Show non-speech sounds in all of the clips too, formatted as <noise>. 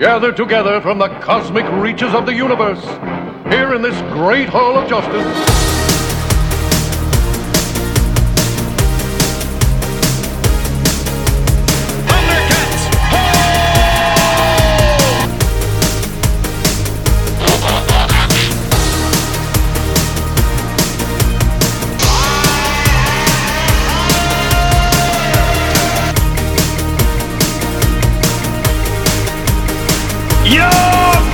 Gathered together from the cosmic reaches of the universe, here in this great hall of justice. Yo,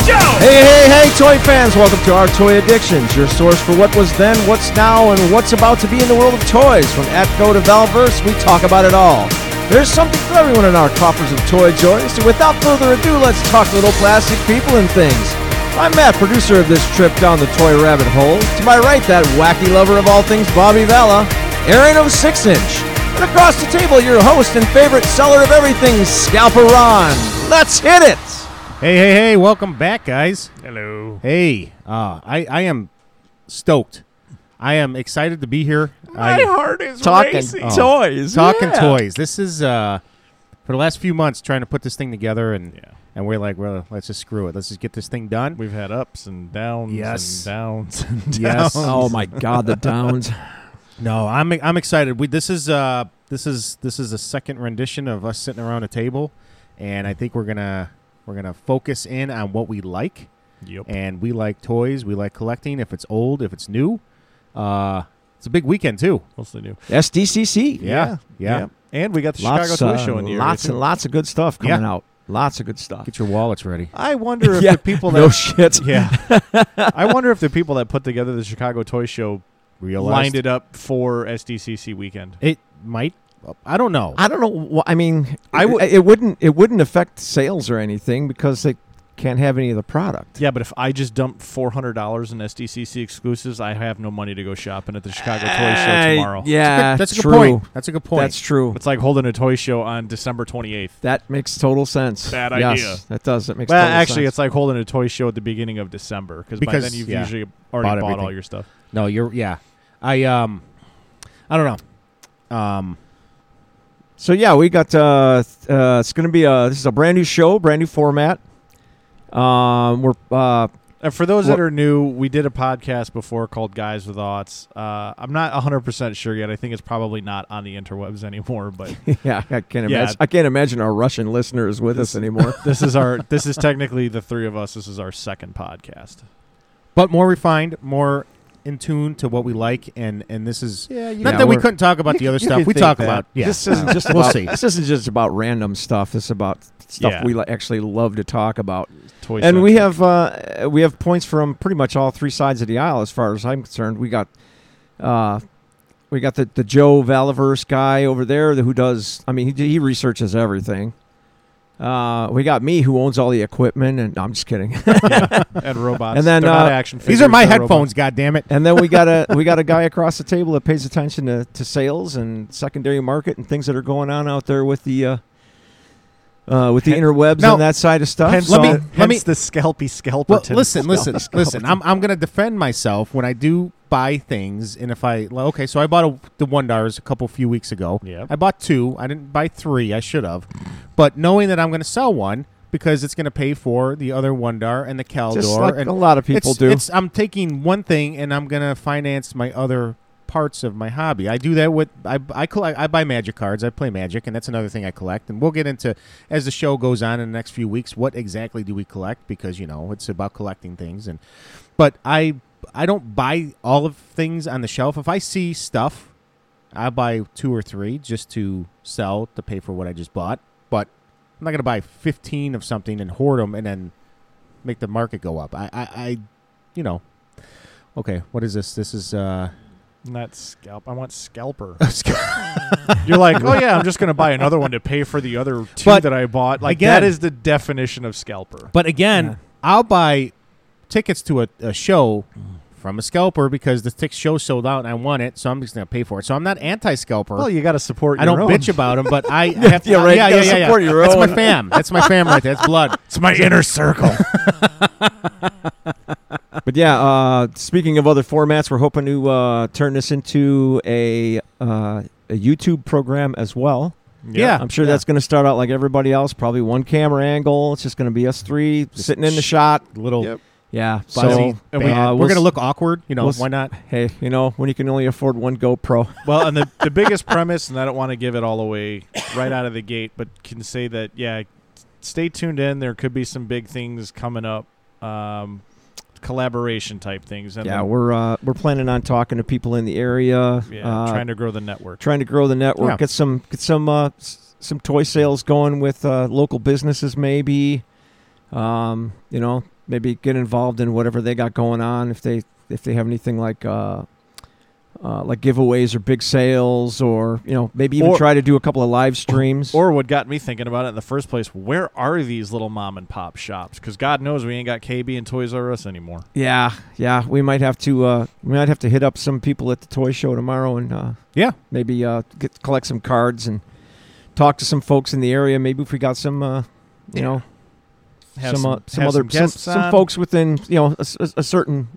Joe! Hey, hey, hey, toy fans, welcome to Our Toy Addictions, your source for what was then, what's now, and what's about to be in the world of toys. From Atco to Valverse, we talk about it all. There's something for everyone in our coffers of toy joy, so without further ado, let's talk little plastic people and things. I'm Matt, producer of this trip down the toy rabbit hole. To my right, that wacky lover of all things, Bobby Vela, Aaron of Six Inch. And across the table, your host and favorite seller of everything, Scalper Ron. Let's hit it! Hey, hey, hey, welcome back, guys. Hello. Hey, uh, I, I am stoked. I am excited to be here. I, heart is Talking. racing. Oh. Toys. talking toys. This is uh, for the last few months trying to put this thing together, and and we're like, well, let's just screw it. Let's just get this thing done. We've had ups and downs and Yes. downs and downs. <laughs> Yes. Oh my God, the downs. No, I'm I'm excited. We this is uh this is this is a second rendition of us sitting around a table, and I think we're gonna we're gonna focus in on what we like. Yep. and we like toys. We like collecting. If it's old, if it's new, uh, it's a big weekend too. Mostly new. SDCC. Yeah, yeah. And we got the Lots, Chicago Toy uh, Show in the area. lots too. and lots of good stuff coming Yeah. out. Lots of good stuff. Get your wallets ready. I wonder if <laughs> <laughs> Yeah, the people that no shit. <laughs> yeah, I wonder if the people that put together the Chicago Toy Show Realize lined it up for SDCC weekend. It might. I don't know. I don't know. wh- I mean, I I would- it wouldn't it wouldn't affect sales or anything because they can't have any of the product. Yeah, but if I just dump four hundred dollars in SDCC exclusives, I have no money to go shopping at the Chicago Toy Show tomorrow. Uh, yeah, That's a good true. point. That's a good point. That's true. It's like holding a toy show on December twenty eighth. That makes total sense. Bad yes, idea. That does. That makes Well, total actually, sense. it's like holding a toy show at the beginning of December because by Because, then you've yeah, usually bought already bought, all everything. your stuff. no, you're. Yeah, I um, I don't know. Um, So yeah, we got. Uh, th- uh, it's going to be a. This is a brand new show, brand new format. Um, we're uh, And for those that Well- are new, we did a podcast before called Guys with Aughts. Uh, I'm not 100% sure yet. I think it's probably not on the interwebs anymore, <laughs> but yeah. I can't Yeah. imagine. I can't imagine our Russian listeners with us anymore. this is our this is technically the three of us. This is our second podcast. but more refined, more in tune to what we like, and and this is Yeah, you not can- that we we're- couldn't talk about the other you stuff. can We think talk that. about. <laughs> Yeah, This isn't just We'll about, see. This isn't just about random stuff. This is about stuff Yeah. we li- actually love to talk about. Toy and we centric. have uh, we have points from pretty much all three sides of the aisle, as far as I'm concerned. We got uh, we got the, the Joe Valiverse guy over there who does. I mean, he, he researches everything. Uh, we got me who owns all the equipment, and no, I'm just kidding. and robots. and then, They're not uh, action these are figures, my they're robots. headphones. God damn it! and then we got a we got a guy across the table that pays attention to, to sales and secondary market and things that are going on out there with the uh, uh, with the interwebs now- and that side of stuff. Hence, Let me- all- let hence me- the scalpy scalper. Well, tip. listen, listen, listen. I'm, I'm going to defend myself when I do buy things, and if I well, okay, so I bought a, the one dollars a couple few weeks ago. Yep. I bought two. I didn't buy three. I should have, but knowing that I'm going to sell one because it's going to pay for the other one dar and the Caldor. Just like and a lot of people it's- do. It's, I'm taking one thing and I'm going to finance my other parts of my hobby. I do that with I I collect I buy magic cards. I play magic and that's another thing I collect. And we'll get into as the show goes on in the next few weeks what exactly do we collect because you know, it's about collecting things and but I I don't buy all of things on the shelf. If I see stuff, I buy two or three just to sell to pay for what I just bought, but I'm not going to buy 15 of something and hoard them and then make the market go up. I, I, I you know. Okay, what is this? This is uh Not scalp. I want <laughs> scalper. <laughs> You're like, oh yeah, I'm just gonna buy another one to pay for the <laughs> other two But that I bought. Like again- that is the definition of scalper. But again, Yeah. I'll buy tickets to a, a show from a scalper because the tick show sold out and I want it, so I'm just gonna pay for it. So I'm not anti scalper. Well, you got to support. I your don't own. bitch about them, but I, I have to. Yeah, right. Yeah, You yeah, gotta yeah. support yeah. your That's my own. fam. That's my fam right there. That's blood. It's my inner <laughs> circle. But yeah, uh, speaking of other formats, we're hoping to uh, turn this into a uh, a YouTube program as well. Yeah. I'm sure that's going to start out like everybody else, probably one camera angle. It's just going to be us three sitting in the shot. Little. Yep. Yeah. fuzzy So band. uh, we'll we're gonna s- look awkward, you know. we'll s- why not? Hey, you know when you can only afford one GoPro. <laughs> Well, and the, the biggest premise, and I don't want to give it all away right out of the gate, but can say that, yeah, stay tuned in. There could be some big things coming up, um, collaboration type things. And yeah, then, we're uh, we're planning on talking to people in the area. yeah, uh, trying to grow the network. trying to grow the network. Yeah. Get some get some uh, s- some toy sales going with uh, local businesses, maybe. Um, you know, maybe get involved in whatever they got going on. If they if they have anything like uh, uh, like giveaways or big sales, or you know, maybe even Or- try to do a couple of live streams. Or what got me thinking about it in the first place, where are these little mom and pop shops? Because God knows we ain't got KB and Toys R Us anymore. yeah, yeah, we might have to uh, we might have to hit up some people at the toy show tomorrow and uh, Yeah, maybe uh, get collect some cards and talk to some folks in the area. Maybe if we got some, uh, you know, Have some some- uh, some have other some guests some, some on. folks within you know a, s- a certain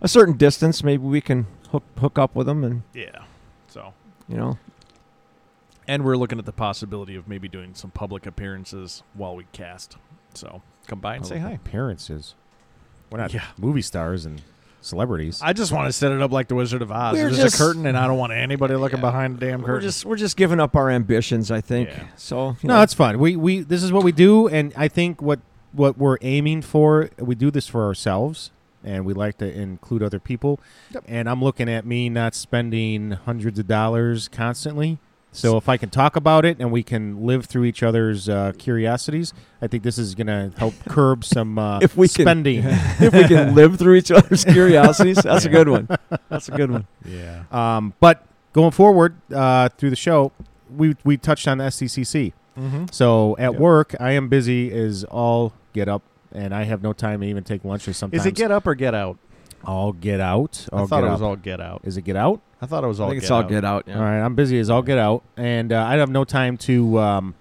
a certain distance. Maybe we can hook hook up with them and Yeah. So, you know and we're looking at the possibility of maybe doing some public appearances while we cast. So come by and say hi. Appearances. We're not Yeah. movie stars and celebrities. I just want to set it up like the Wizard of Oz. We're There's just- a curtain, and I don't want anybody looking Yeah. behind the damn we're curtain. just we're just giving up our ambitions. I think Yeah. so. You no, know, it's fun. We we this is what we do, and I think what what we're aiming for, we do this for ourselves, and we like to include other people. And I'm looking at me not spending hundreds of dollars constantly. So if I can talk about it and we can live through each other's uh, curiosities, I think this is going to <laughs> help curb some uh, If we can- <laughs> spending. if we <laughs> can live through each other's curiosities, that's a good one. That's a good one. yeah. Um, but going forward uh, through the show, we we touched on the SCCC. Mm-hmm. So at Yep. work, I am busy as all get up, and I have no time to even take lunch or sometimes. Is it get up or get out? all get out? I All thought get it was up. all get out. Is it get out? I thought it was I all. think get it's all out. get out. yeah. All right, I'm busy as all get out, and uh, I have no time to um,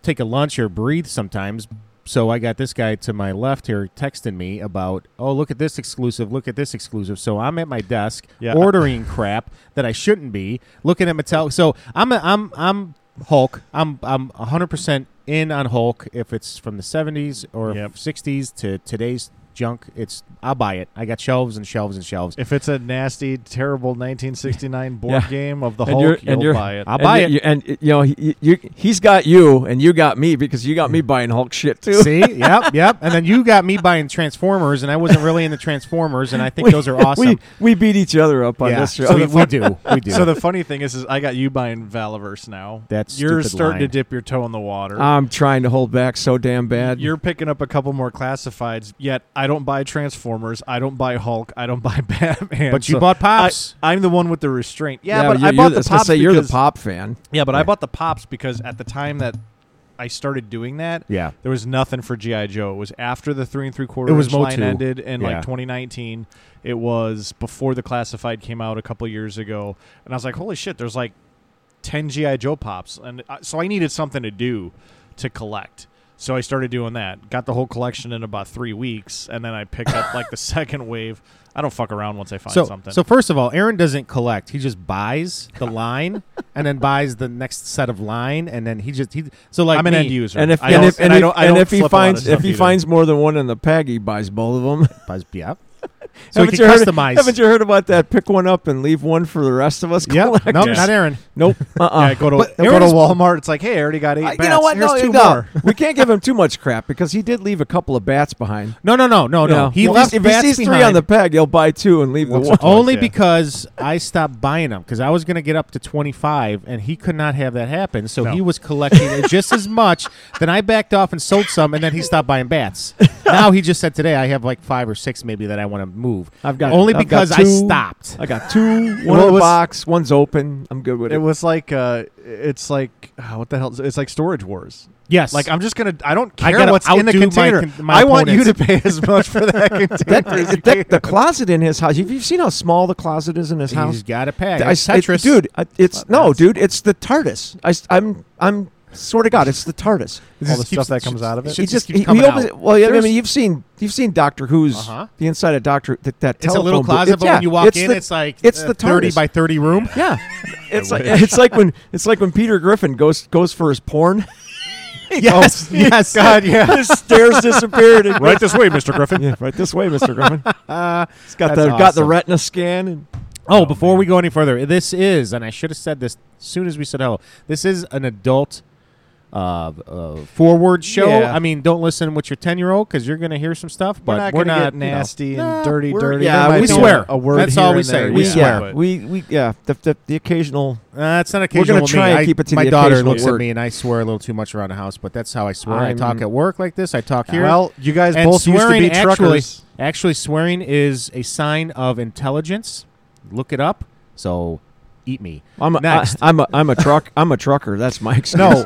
take a lunch or breathe sometimes. So I got this guy to my left here texting me about, oh, look at this exclusive, look at this exclusive. So I'm at my desk Yeah. ordering crap that I shouldn't be looking at Mattel. So I'm a, I'm I'm Hulk. I'm I'm 100 percent in on Hulk. If it's from the 70s or Yep. 60s to today's junk, it's I'll buy it. I got shelves and shelves and shelves. If it's a nasty, terrible 1969 board Yeah. game of the And Hulk, you're- and you'll you're- buy it. I'll buy and it. You, and you know he, you, he's got you, and you got me because you Mm. got me buying Hulk shit <laughs> too. See, yep, yep. And then you got me buying Transformers, and I wasn't really into Transformers, and I <laughs> think those are <laughs> awesome. We, we beat each other up on yeah, this show. so we, we do, we do. So the funny thing is, is I got you buying Valiverse now. That's you're stupid starting to line. dip your toe in the water. I'm trying to hold back so damn bad. you're picking up a couple more classifieds. Yet I don't buy Transformers. I don't buy Hulk. I don't buy <laughs> Batman. but you So bought I, pops. I'm the one with the restraint. Yeah, Yeah, but you're- I you're- bought the was gonna pops. say you're the because- pop fan. Yeah, but I Yeah. bought the pops because at the time that I started doing that, yeah, there was nothing for GI Joe. It was after the three and three quarter It was inch Motu. line ended in Yeah. like 2019. It was before the classified came out a couple years ago, and I was like, holy shit, there's like 10 GI Joe pops, and I, so I needed something to do to collect. So I started doing that. Got the whole collection in about three weeks, and then I picked up <laughs> like the second wave. I don't fuck around once I find So, something. so first of all, Aaron doesn't collect. He just buys the line, and then buys the next set of line, and then he just he. So like I'm an me, end user, And if I and don't- if and I if- don't- I and don't if he flip a lot of finds if stuff he either. finds more than one in the peg, he buys <laughs> both of them. Buys, <laughs> yeah. So haven't he can you heard? customize. Haven't you heard about that? Pick one up and leave one for the rest of us. yeah, collectors? no, not Aaron. Nope. <laughs> Uh-uh. Yeah, go to But go Aaron to is- Walmart. It's like, hey, I already got eight. I- bats. you know what? Here's No, two no. more. we <laughs> can't give him too much crap because he did leave a couple of bats behind. No, no, no, Oh, no, no. Yeah. He If left If bats he sees three behind. on the peg, he'll buy two and leave the Once one. <laughs> or twice, Only yeah. because I stopped buying them because I was going to get up to 25 and he could not have that happen. So No. he was collecting it just as <laughs> much. Then I backed off and sold some and then he stopped buying bats. now he just said today I have like five or six maybe that I want to move. I've got Only I've got because I two. stopped. I got <laughs> two. One Well, it in a was- box. One's open. I'm good with it. It was like uh, it's like ah, what the hell? is it? It's like storage wars. Yes. Like I'm just gonna. I don't I care gotta what's in the outdo my container. con- my I want you to opponents. pay <laughs> as much for that <laughs> that, container. as you that- can. the closet in his house. Have you seen how small the closet is in his house? He's got a pack. I, It's I- Tetris. dude. I- It's Not no, bad. dude. It's the TARDIS. I, am I'm Swear to God, it's the <laughs> TARDIS. all the stuff that comes out of it. He Shit just just, keeps he, he coming opens out. it. Well, yeah, I There's- mean, you've seen you've seen Doctor Who's Uh-huh. the inside of Doctor that that It's a telephone little booth. closet, but yeah, when you walk in, the- it's like it's a the thirty TARDIS. by thirty room. <laughs> Yeah, it's like it's like when it's like when Peter Griffin goes goes for his porn. Yes, Oh, yes, God, yeah. <laughs> his stairs disappeared. And Right this way, Mister Griffin. yeah, right this way, Mister <laughs> Griffin. He's got the That's got the awesome. retina scan and Oh, before we go any further, this is, and I should have said this as soon as we said hello. This is an adult uh, uh, forward show. Yeah. I mean, don't listen with your ten year old because you're going to hear some stuff. But not we're gonna not get nasty you know, and nah, dirty, we're- dirty. yeah, There might we be swear. A word That's here all we and say. there, We yeah. swear. But- we we yeah the the, the occasional Uh, it's not gonna occasional. with try me. and I- keep it to My the daughter occasional looks at word. me, and I swear a little too much around the house. But that's how I swear. i I'm- talk at work like this. I talk here. Well, you guys and both used to swearing be actually, truckers. actually, swearing is a sign of intelligence. Look it up. So, eat me. I'm a, uh, <laughs> Next. I, am a I'm a truck I'm a trucker. That's my excuse. No,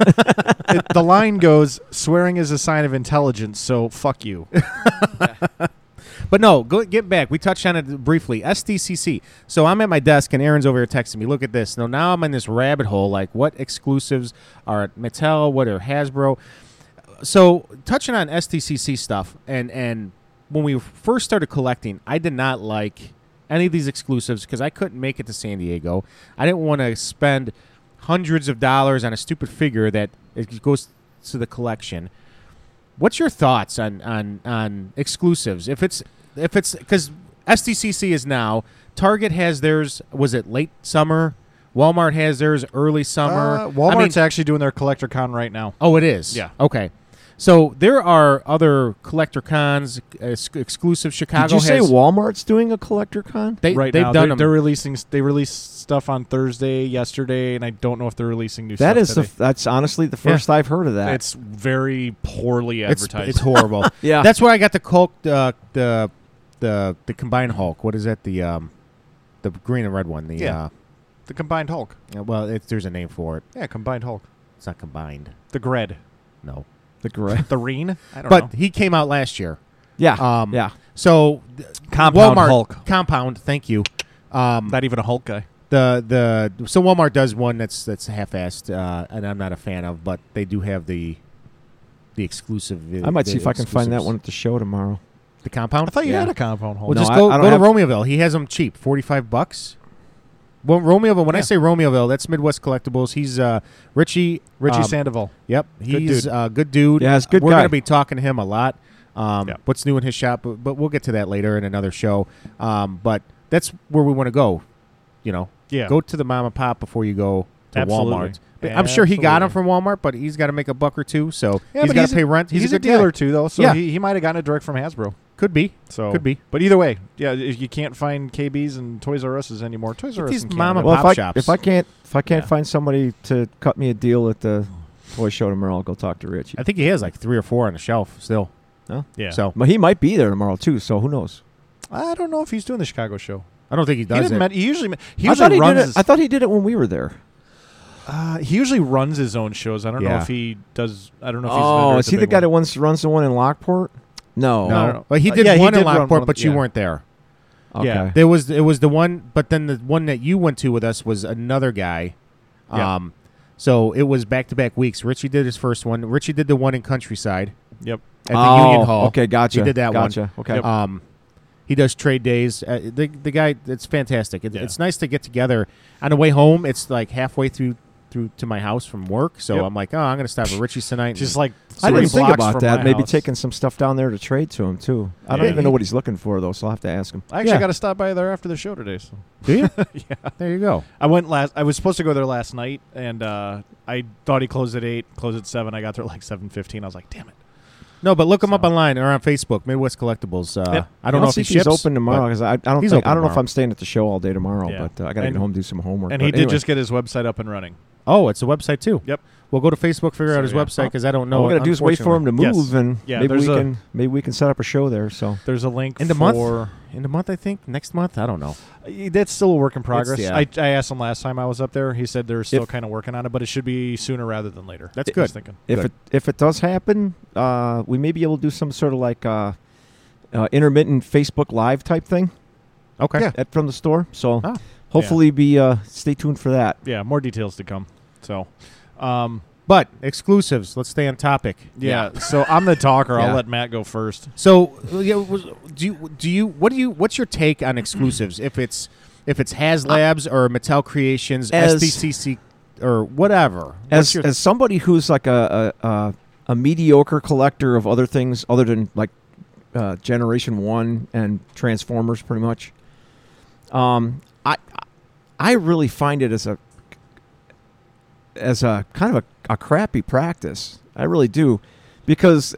it, the line goes: swearing is a sign of intelligence. So fuck you. But no, go get back. We touched on it briefly. SDCC. So I'm at my desk and Aaron's over here texting me. Look at this. Now now I'm in this rabbit hole. Like what exclusives are at Mattel? What are Hasbro? So touching on SDCC stuff and and when we first started collecting, I did not like any of these exclusives because I couldn't make it to San Diego. I didn't want to spend hundreds of dollars on a stupid figure that it goes to the collection. What's your thoughts on on on exclusives? If it's if it's because SDCC is now Target has theirs. Was it late summer? Walmart has theirs early summer. Uh, I mean- Walmart's actually doing their collector con right now. Oh, it is. Yeah. Okay. So there are other collector cons, ex- exclusive Chicago. Did you say has, Walmart's doing a collector con? They, right they've now, done they're, them. they're releasing. s- They released stuff on Thursday, yesterday, and I don't know if they're releasing new. That stuff is the today. f- that's honestly the first I've heard of that. It's very poorly it's, advertised. <laughs> it's horrible. yeah, That's where I got the Hulk, uh, the the the combined Hulk. What is that? The um, the green and red one. The Yeah. the combined Hulk. uh, well, it's there's a name for it. Yeah, combined Hulk. It's not combined. The Gred. No. the gra- The Reen. I don't But know. he came out last year. yeah Um, yeah. So th- Compound Walmart Hulk. Compound. Thank you. Um, Not even a Hulk guy. the the so Walmart does one that's that's half-assed, uh, and I'm not a fan of, but they do have the the exclusive. I might see if I can find that exclusives. one at the show tomorrow. The compound. I thought you Yeah. had a compound Hulk. Well, No, just I- go I don't go to have- Romeoville. He has them cheap, forty-five bucks. Well, Romeoville. When I Yeah. say Romeoville, that's Midwest Collectibles. He's uh, Richie Richie um, Sandoval. Yep, Good he's dude. a good dude. Yeah, he's a good We're guy. gonna be talking to him a lot. Um, Yeah. What's new in his shop, but, but we'll get to that later in another show. Um, but that's where we want to go. You know, Yeah. go to the mom and pop before you go to Absolutely. Walmart. But I'm sure he got them from Walmart, but he's got to make a buck or two, so he's got to pay rent. He's, a, good guy. dealer too, though, so Yeah. he, he might have gotten it direct from Hasbro. Could be. So Could be. But either way, yeah, i- you can't find KBs and Toys R Us's anymore. Toys Get R Us these in mom Canada. and Well, if pop I shops. if I can't if I can't Yeah. find somebody to cut me a deal at the toy show tomorrow, I'll go talk to Richie. I think he has like three or four on the shelf still. yeah. So But he might be there tomorrow too, so who knows? I don't know if he's doing the Chicago show. I don't think he he does didn't it. men- he usually men- he I thought usually he runs. did his- it. I thought he did it when we were there. uh, he usually runs his own shows. I don't know Yeah. if he does. I don't know. if he's a vendor Oh, at is he the big guy one. that once runs the one in Lockport? No. no, No, no. but he Uh, did yeah, he one did in run Lockport, one- but you yeah. weren't there. Okay. Yeah. There was it was the one, but then the one that you went to with us was another guy. Yeah. Um, so it was back to back weeks. Richie did his first one. Richie did the one in Countryside Yep. at the oh, Union Hall. Okay, gotcha. He did that one. gotcha. Okay. Yep. Um, he does trade days. Uh, the the guy, it's fantastic. It, Yeah. It's nice to get together. On the way home, it's like halfway through through to my house from work. So Yep. I'm like, oh, I'm gonna stop at Richie's tonight. Just and- like I three didn't think blocks about from that. my Maybe house. taking some stuff down there to trade to him too. I don't Yeah. even know what he's looking for though, so I'll have to ask him. I actually Yeah. got to stop by there after the show today. So do you? yeah. There you go. I went last. I was supposed to go there last night, and uh, I thought he closed at eight, closed at seven. I got there at like seven fifteen. I was like, damn it. No, but look him up So- online or on Facebook, Midwest Collectibles. Uh, Yep. I don't I'll know if see he if he's ships open but- tomorrow because I, I don't He's think, open I don't know if tomorrow. I'm staying at the show all day tomorrow, Yeah. but uh, I got to And- get home and do some homework. And but he did anyway. just get his website up and running. Oh, it's a website too. Yep. We'll go to Facebook, figure So, out his yeah. website because I don't know. All we gotta do is wait for him to move, Yes. and Yeah, maybe we there's a- can maybe we can set up a show there. So There's a link In the month? for in the month. I think next month. I don't know. month. That's still a work in progress. yeah. I, I asked him last time I was up there. He said they're still If- kind of working on it, but it should be sooner rather than later. That's I was good. thinking. if Good. it if it does happen, uh, we may be able to do some sort of like uh, uh, intermittent Facebook Live type thing Okay. at, from the store. So Ah. hopefully, be uh, stay tuned for that. Yeah, more details to come. So, um, But exclusives. Let's stay on topic. Yeah. <laughs> So I'm the talker. Yeah. I'll let Matt go first. So, uh, yeah, was- do you do you what do you what's your take on exclusives? If it's if it's Has Labs or Mattel Creations, As- SDCC or whatever. What's as your- as somebody who's like a a, a a mediocre collector of other things other than like uh, Generation One and Transformers, pretty much. Um, I I really find it as a as a kind of a, a crappy practice. I really do, because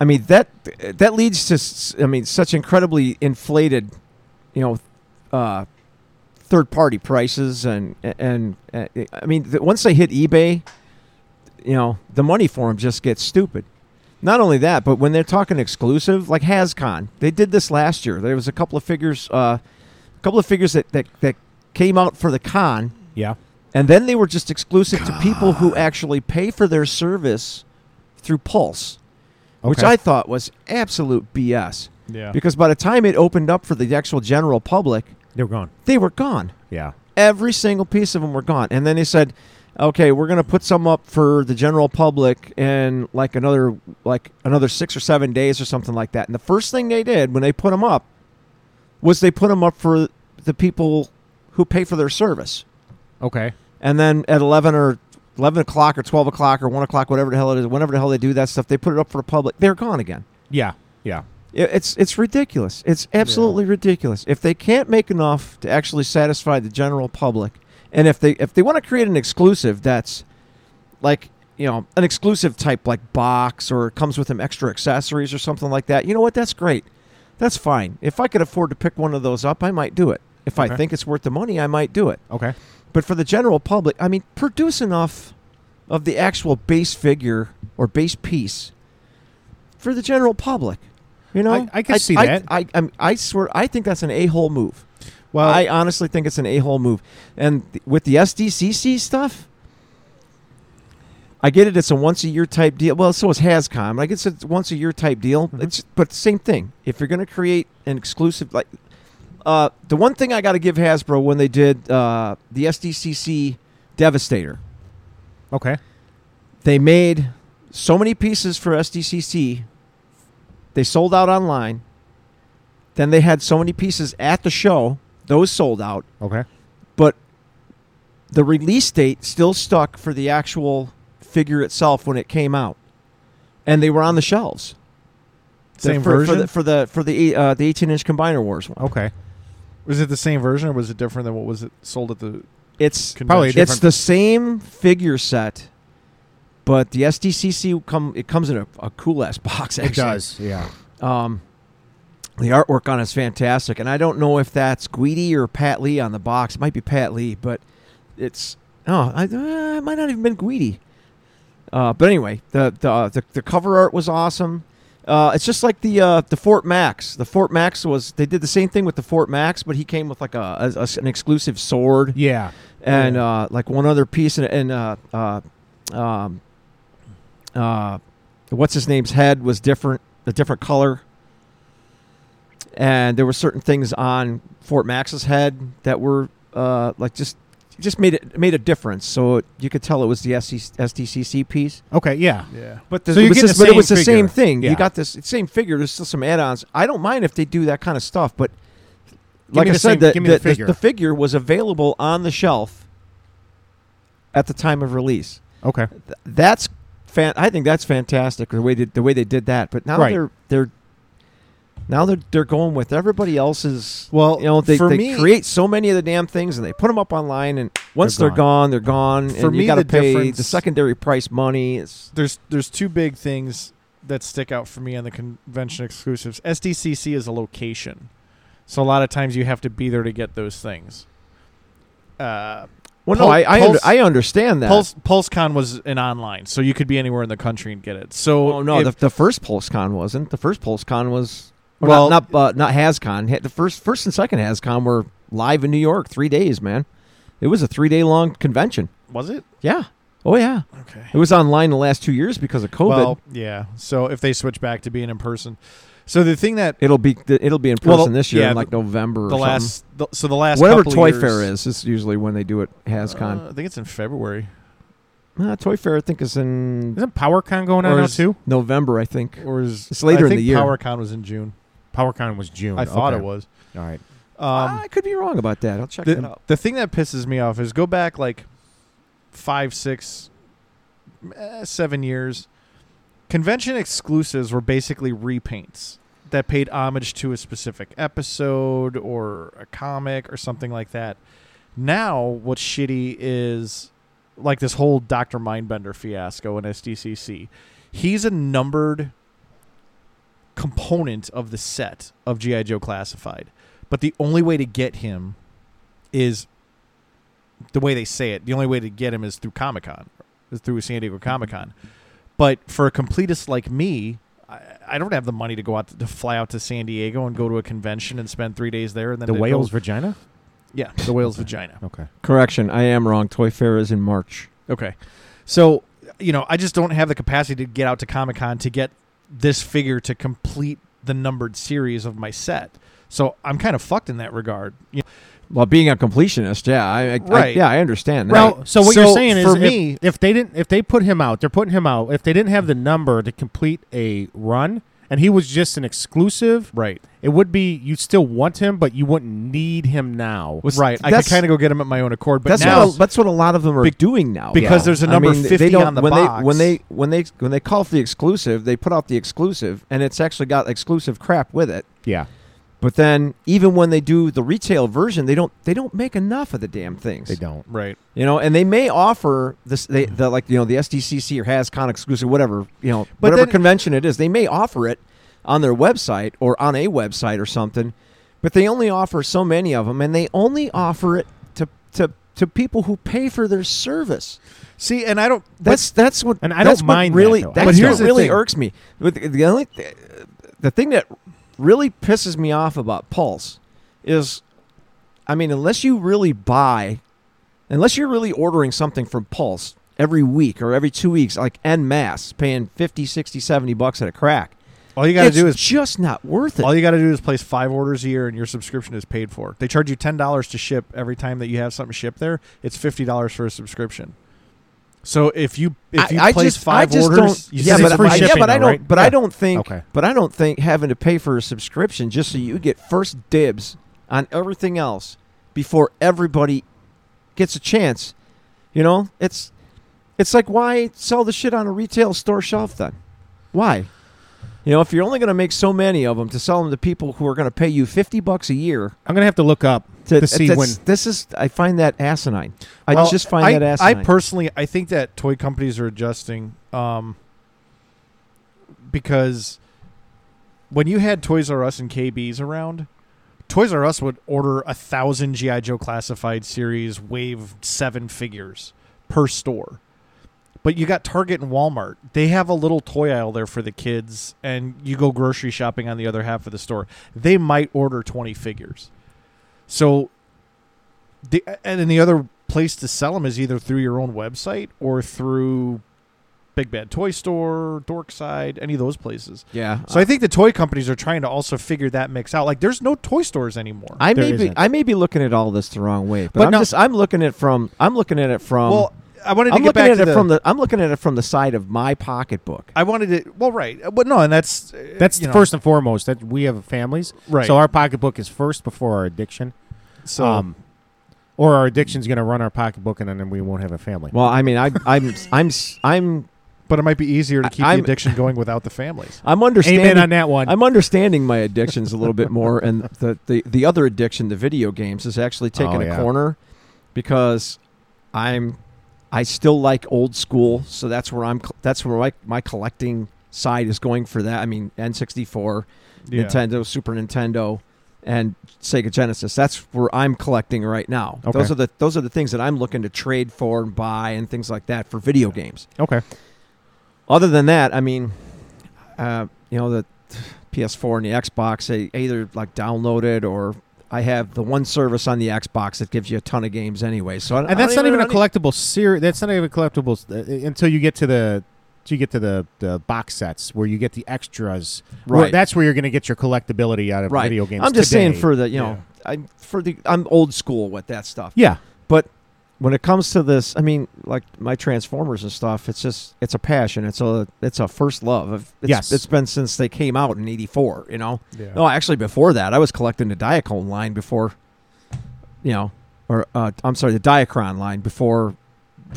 I mean that that leads to s- I mean such incredibly inflated, you know, uh, third party prices and and, and I mean th- once they hit eBay, you know the money for them just gets stupid. Not only that, but when they're talking exclusive, like Hascon, they did this last year. There was a couple of figures, uh, a couple of figures that, that that came out for the con, yeah. and then they were just exclusive to people who actually pay for their service through Pulse, which Okay. I thought was absolute BS. Yeah. Because by the time it opened up for the actual general public, They're gone. they were gone. Yeah. Every single piece of them were gone. And then they said, "Okay, we're going to put some up for the general public in like another like another 6 or 7 days or something like that." And the first thing they did when they put them up was they put them up for the people who pay for their service. Okay. And then at 11 or 11 o'clock or 12 o'clock or 1 o'clock, whatever the hell it is, whenever the hell they do that stuff, they put it up for the public. They're gone again. Yeah. Yeah. It- It's it's ridiculous. It's absolutely ridiculous. If they can't make enough to actually satisfy the general public, and if they if they want to create an exclusive that's like you know an exclusive type like box or it comes with some extra accessories or something like that, you know what? That's great. That's fine. If I could afford to pick one of those up, I might do it. If I Okay. think it's worth the money, I might do it. Okay. But for the general public, I mean, produce enough of the actual base figure or base piece for the general public. You know, I- I can see that. I, I, am I swear, I think that's an a-hole move. Well, I honestly think it's an a-hole move. And th- with the SDCC stuff, I get it. It's a once-a-year type deal. Well, so is Hascom. Like it's a once-a-year type deal. Mm-hmm. It's but same thing. If you're going to create an exclusive, like uh, the one thing I got to give Hasbro when they did uh, the SDCC Devastator, okay. they made so many pieces for SDCC. They sold out online. Then they had so many pieces at the show. Those sold out Okay. but the release date still stuck for the actual figure itself when it came out, and they were on the shelves. The- Same for, version? for the for the for the uh, the eighteen inch combiner wars one. Okay. Was it the same version or was it different than what was it sold at the It's convention? Probably a it's different- the same figure set, but the SDCC come it comes in a, a cool ass box. Actually. It does. Yeah. Um, the artwork on it's fantastic, and I don't know if that's Guidi or Pat Lee on the box. It might be Pat Lee, but it's oh, I, uh, it might not have been Guidi. Uh, but anyway, the the, uh, the the cover art was awesome. Uh, it's just like the uh, the Fort Max. The Fort Max was they did the same thing with the Fort Max, but he came with like a, a- a- an exclusive sword Yeah. and uh, like one other piece and, and uh, uh, um, uh, what's his name's head was different a different color and there were certain things on fort max's head that were uh, like just just made it made a difference so it, you could tell it was the E, SC, sdcc piece Okay. Yeah. Yeah. but the, So it you was get the just- but it same was the figure. same thing Yeah. you got this same figure there's still some add-ons i don't mind if they do that kind of stuff but Give like me I the said, same- the, give me the, the the- figure. the figure was available on the shelf at the time of release. Okay. Th- That's fan. I think that's fantastic the way they, the way they did that. But now Right. they're they're now they're they're going with everybody else's. Well, you know, they, for they me- create so many of the damn things and they put them up online, and once they're gone, they're gone. For and me, you got to the pay the difference- secondary price money. It's, there's there's two big things that stick out for me on the convention exclusives. SDCC is a location, so a lot of times you have to be there to get those things. Uh, well, no, Pul- I I, Pulse- under- I understand that. Pulse PulseCon was an online, so you could be anywhere in the country and get it. So Oh no, if- the, the first PulseCon wasn't. The first PulseCon was well, Well- not not, uh, not HasCon. Ha- The first first and second HasCon were live in New York, three days, man. It was a three day long convention. was it Yeah. Oh yeah. okay? It was online the last two years because of COVID. Well, yeah. So if they switch back to being in person, so the thing that it'll be it'll be in Well, person this year yeah, in like November. Or the something. last the, so the last whatever couple Toy years- Fair is is usually when they do it HasCon. Uh, I think it's in February. Uh, Toy Fair, I think, is in Isn't PowerCon going on or now is too? November, I think. Or is It's I later in think the year. Oh, PowerCon was in June. PowerCon was June. I thought Okay. it was. All right. Um, I could be wrong about that. I'll check that the, out. the thing that pisses me off is go back like five, six, eh, seven years. Convention exclusives were basically repaints that paid homage to a specific episode or a comic or something like that. Now, what's shitty is like this whole Dr. Mindbender fiasco in SDCC. He's a numbered component of the set of G.I. Joe Classified, but the only way to get him is the way they say it. The only way to get him is through Comic Con, is through San Diego Comic Con. But for a completist like me, I, I don't have the money to go out to, to fly out to San Diego and go to a convention and spend three days there. And then The to go- whale's vagina? yeah, the whale's vagina. Okay. Correction, I am wrong. Toy Fair is in March. Okay. So, you know, I just don't have the capacity to get out to Comic Con to get this figure to complete the numbered series of my set. So I'm kind of fucked in that regard. You Well, being a completionist, yeah, I, I, I Right. yeah, I understand that. Well, so what you're saying is for if, me- if they didn't if they put him out, they're putting him out. If they didn't have the number to complete a run and he was just an exclusive, Right. it would be you'd still want him, but you wouldn't need him now. Was- Right. I could That's- kind of go get him at my own accord, but that's now what a, that's what a lot of them are doing now. because there's a number 50 they don't, on the when box. They, when they when they when they call for the exclusive, they put out the exclusive, and it's actually got exclusive crap with it. yeah. But then, even when they do the retail version, they don't they don't make enough of the damn things. They don't. right. you know, and they may offer this they the like you know the SDCC or HasCon exclusive, whatever you know, But whatever then- convention it is, they may offer it on their website or on a website or something, but they only offer so many of them, and they only offer it to to to people who pay for their service. See, and I don't That's that's what And I that's don't what mind that, really. though. I that's But here's what the really thing. irks me. With the- the only th- the thing that really pisses me off about Pulse is, I mean, unless you really buy, unless you're really ordering something from Pulse every week or every two weeks, like en masse, paying 50, 60, 70 bucks at a crack, all you got to it's do is just not worth it. all you got to do is place 5 orders a year and your subscription is paid for. They charge you $10 to ship every time that you have something shipped there. It's $50 for a subscription. So if you if you I, I place just, five I just orders, don't, you yeah, save but, it's free I, yeah, shipping but I though, don't, right? but Yeah. I don't think, Okay. but I don't think having to pay for a subscription just so you get first dibs on everything else before everybody gets a chance, you know, it's, it's like why sell the shit on a retail store shelf then? Why? You know, if you're only going to make so many of them to sell them to people who are going to pay you fifty bucks a year I'm gonna have to look up to, to, see that's- when this is, I find that asinine. I Well, just find I, that asinine. I personally, I think that toy companies are adjusting um, because when you had Toys R Us and KBs around, Toys R Us would order a thousand GI Joe classified series wave seven figures per store. But you got Target and Walmart. They have a little toy aisle there for the kids, and you go grocery shopping on the other half of the store. They might order 20 figures. So the and then the other place to sell them is either through your own website or through Big Bad Toy Store, Dorkside, any of those places. yeah. So I think the toy companies are trying to also figure that mix out. Like there's no toy stores anymore. I There may be isn't. I may be looking at all this the wrong way, but, But I'm no- just I'm looking at from I'm looking at it from well, I wanted to um, I'm get looking back at to it the, from the I'm looking at it from the side of my pocketbook. I wanted to. Well, right, Uh, but no, and that's uh, that's you know, first and foremost that we have families. Right. So our pocketbook is first before our addiction. So um or our addiction's gonna run our pocketbook and then we won't have a family. Well, I mean, I, I'm I'm s- I'm but it might be easier to keep I'm- the addiction going without the families. I'm understanding Amen on that one. I'm understanding my addictions a little bit more, and the, the the other addiction, the video games, is actually taking Oh, a yeah. corner because I'm I still like old school, so that's where I'm that's where my, my collecting side is going for that. I mean, N64, Yeah. Nintendo, Super Nintendo, and Sega Genesis. That's where I'm collecting right now. Okay. Those are the those are the things that I'm looking to trade for and buy and things like that for video games okay. other than that, I mean, uh, you know, the PS4 and the Xbox, they either like download it or I have the one service on the Xbox that gives you a ton of games anyway. So I, I and that's don't not even a I don't collectible series. That's not even a collectible s- uh, until you get to the till you get to the, the box sets where you get the extras. Where- Right. that's where you're going to get your collectability out of right. video games. I'm just today. saying for the you know, I'm for the I'm old school with that stuff. yeah. But when it comes to this, I mean, like my Transformers and stuff, it's just it's a passion. It's a it's a first love. I've- It's, Yes. it's been since they came out in '84. You know, Yeah. no, actually before that, I was collecting the Diacone line before, you know, or uh, I'm sorry, the Diacron line before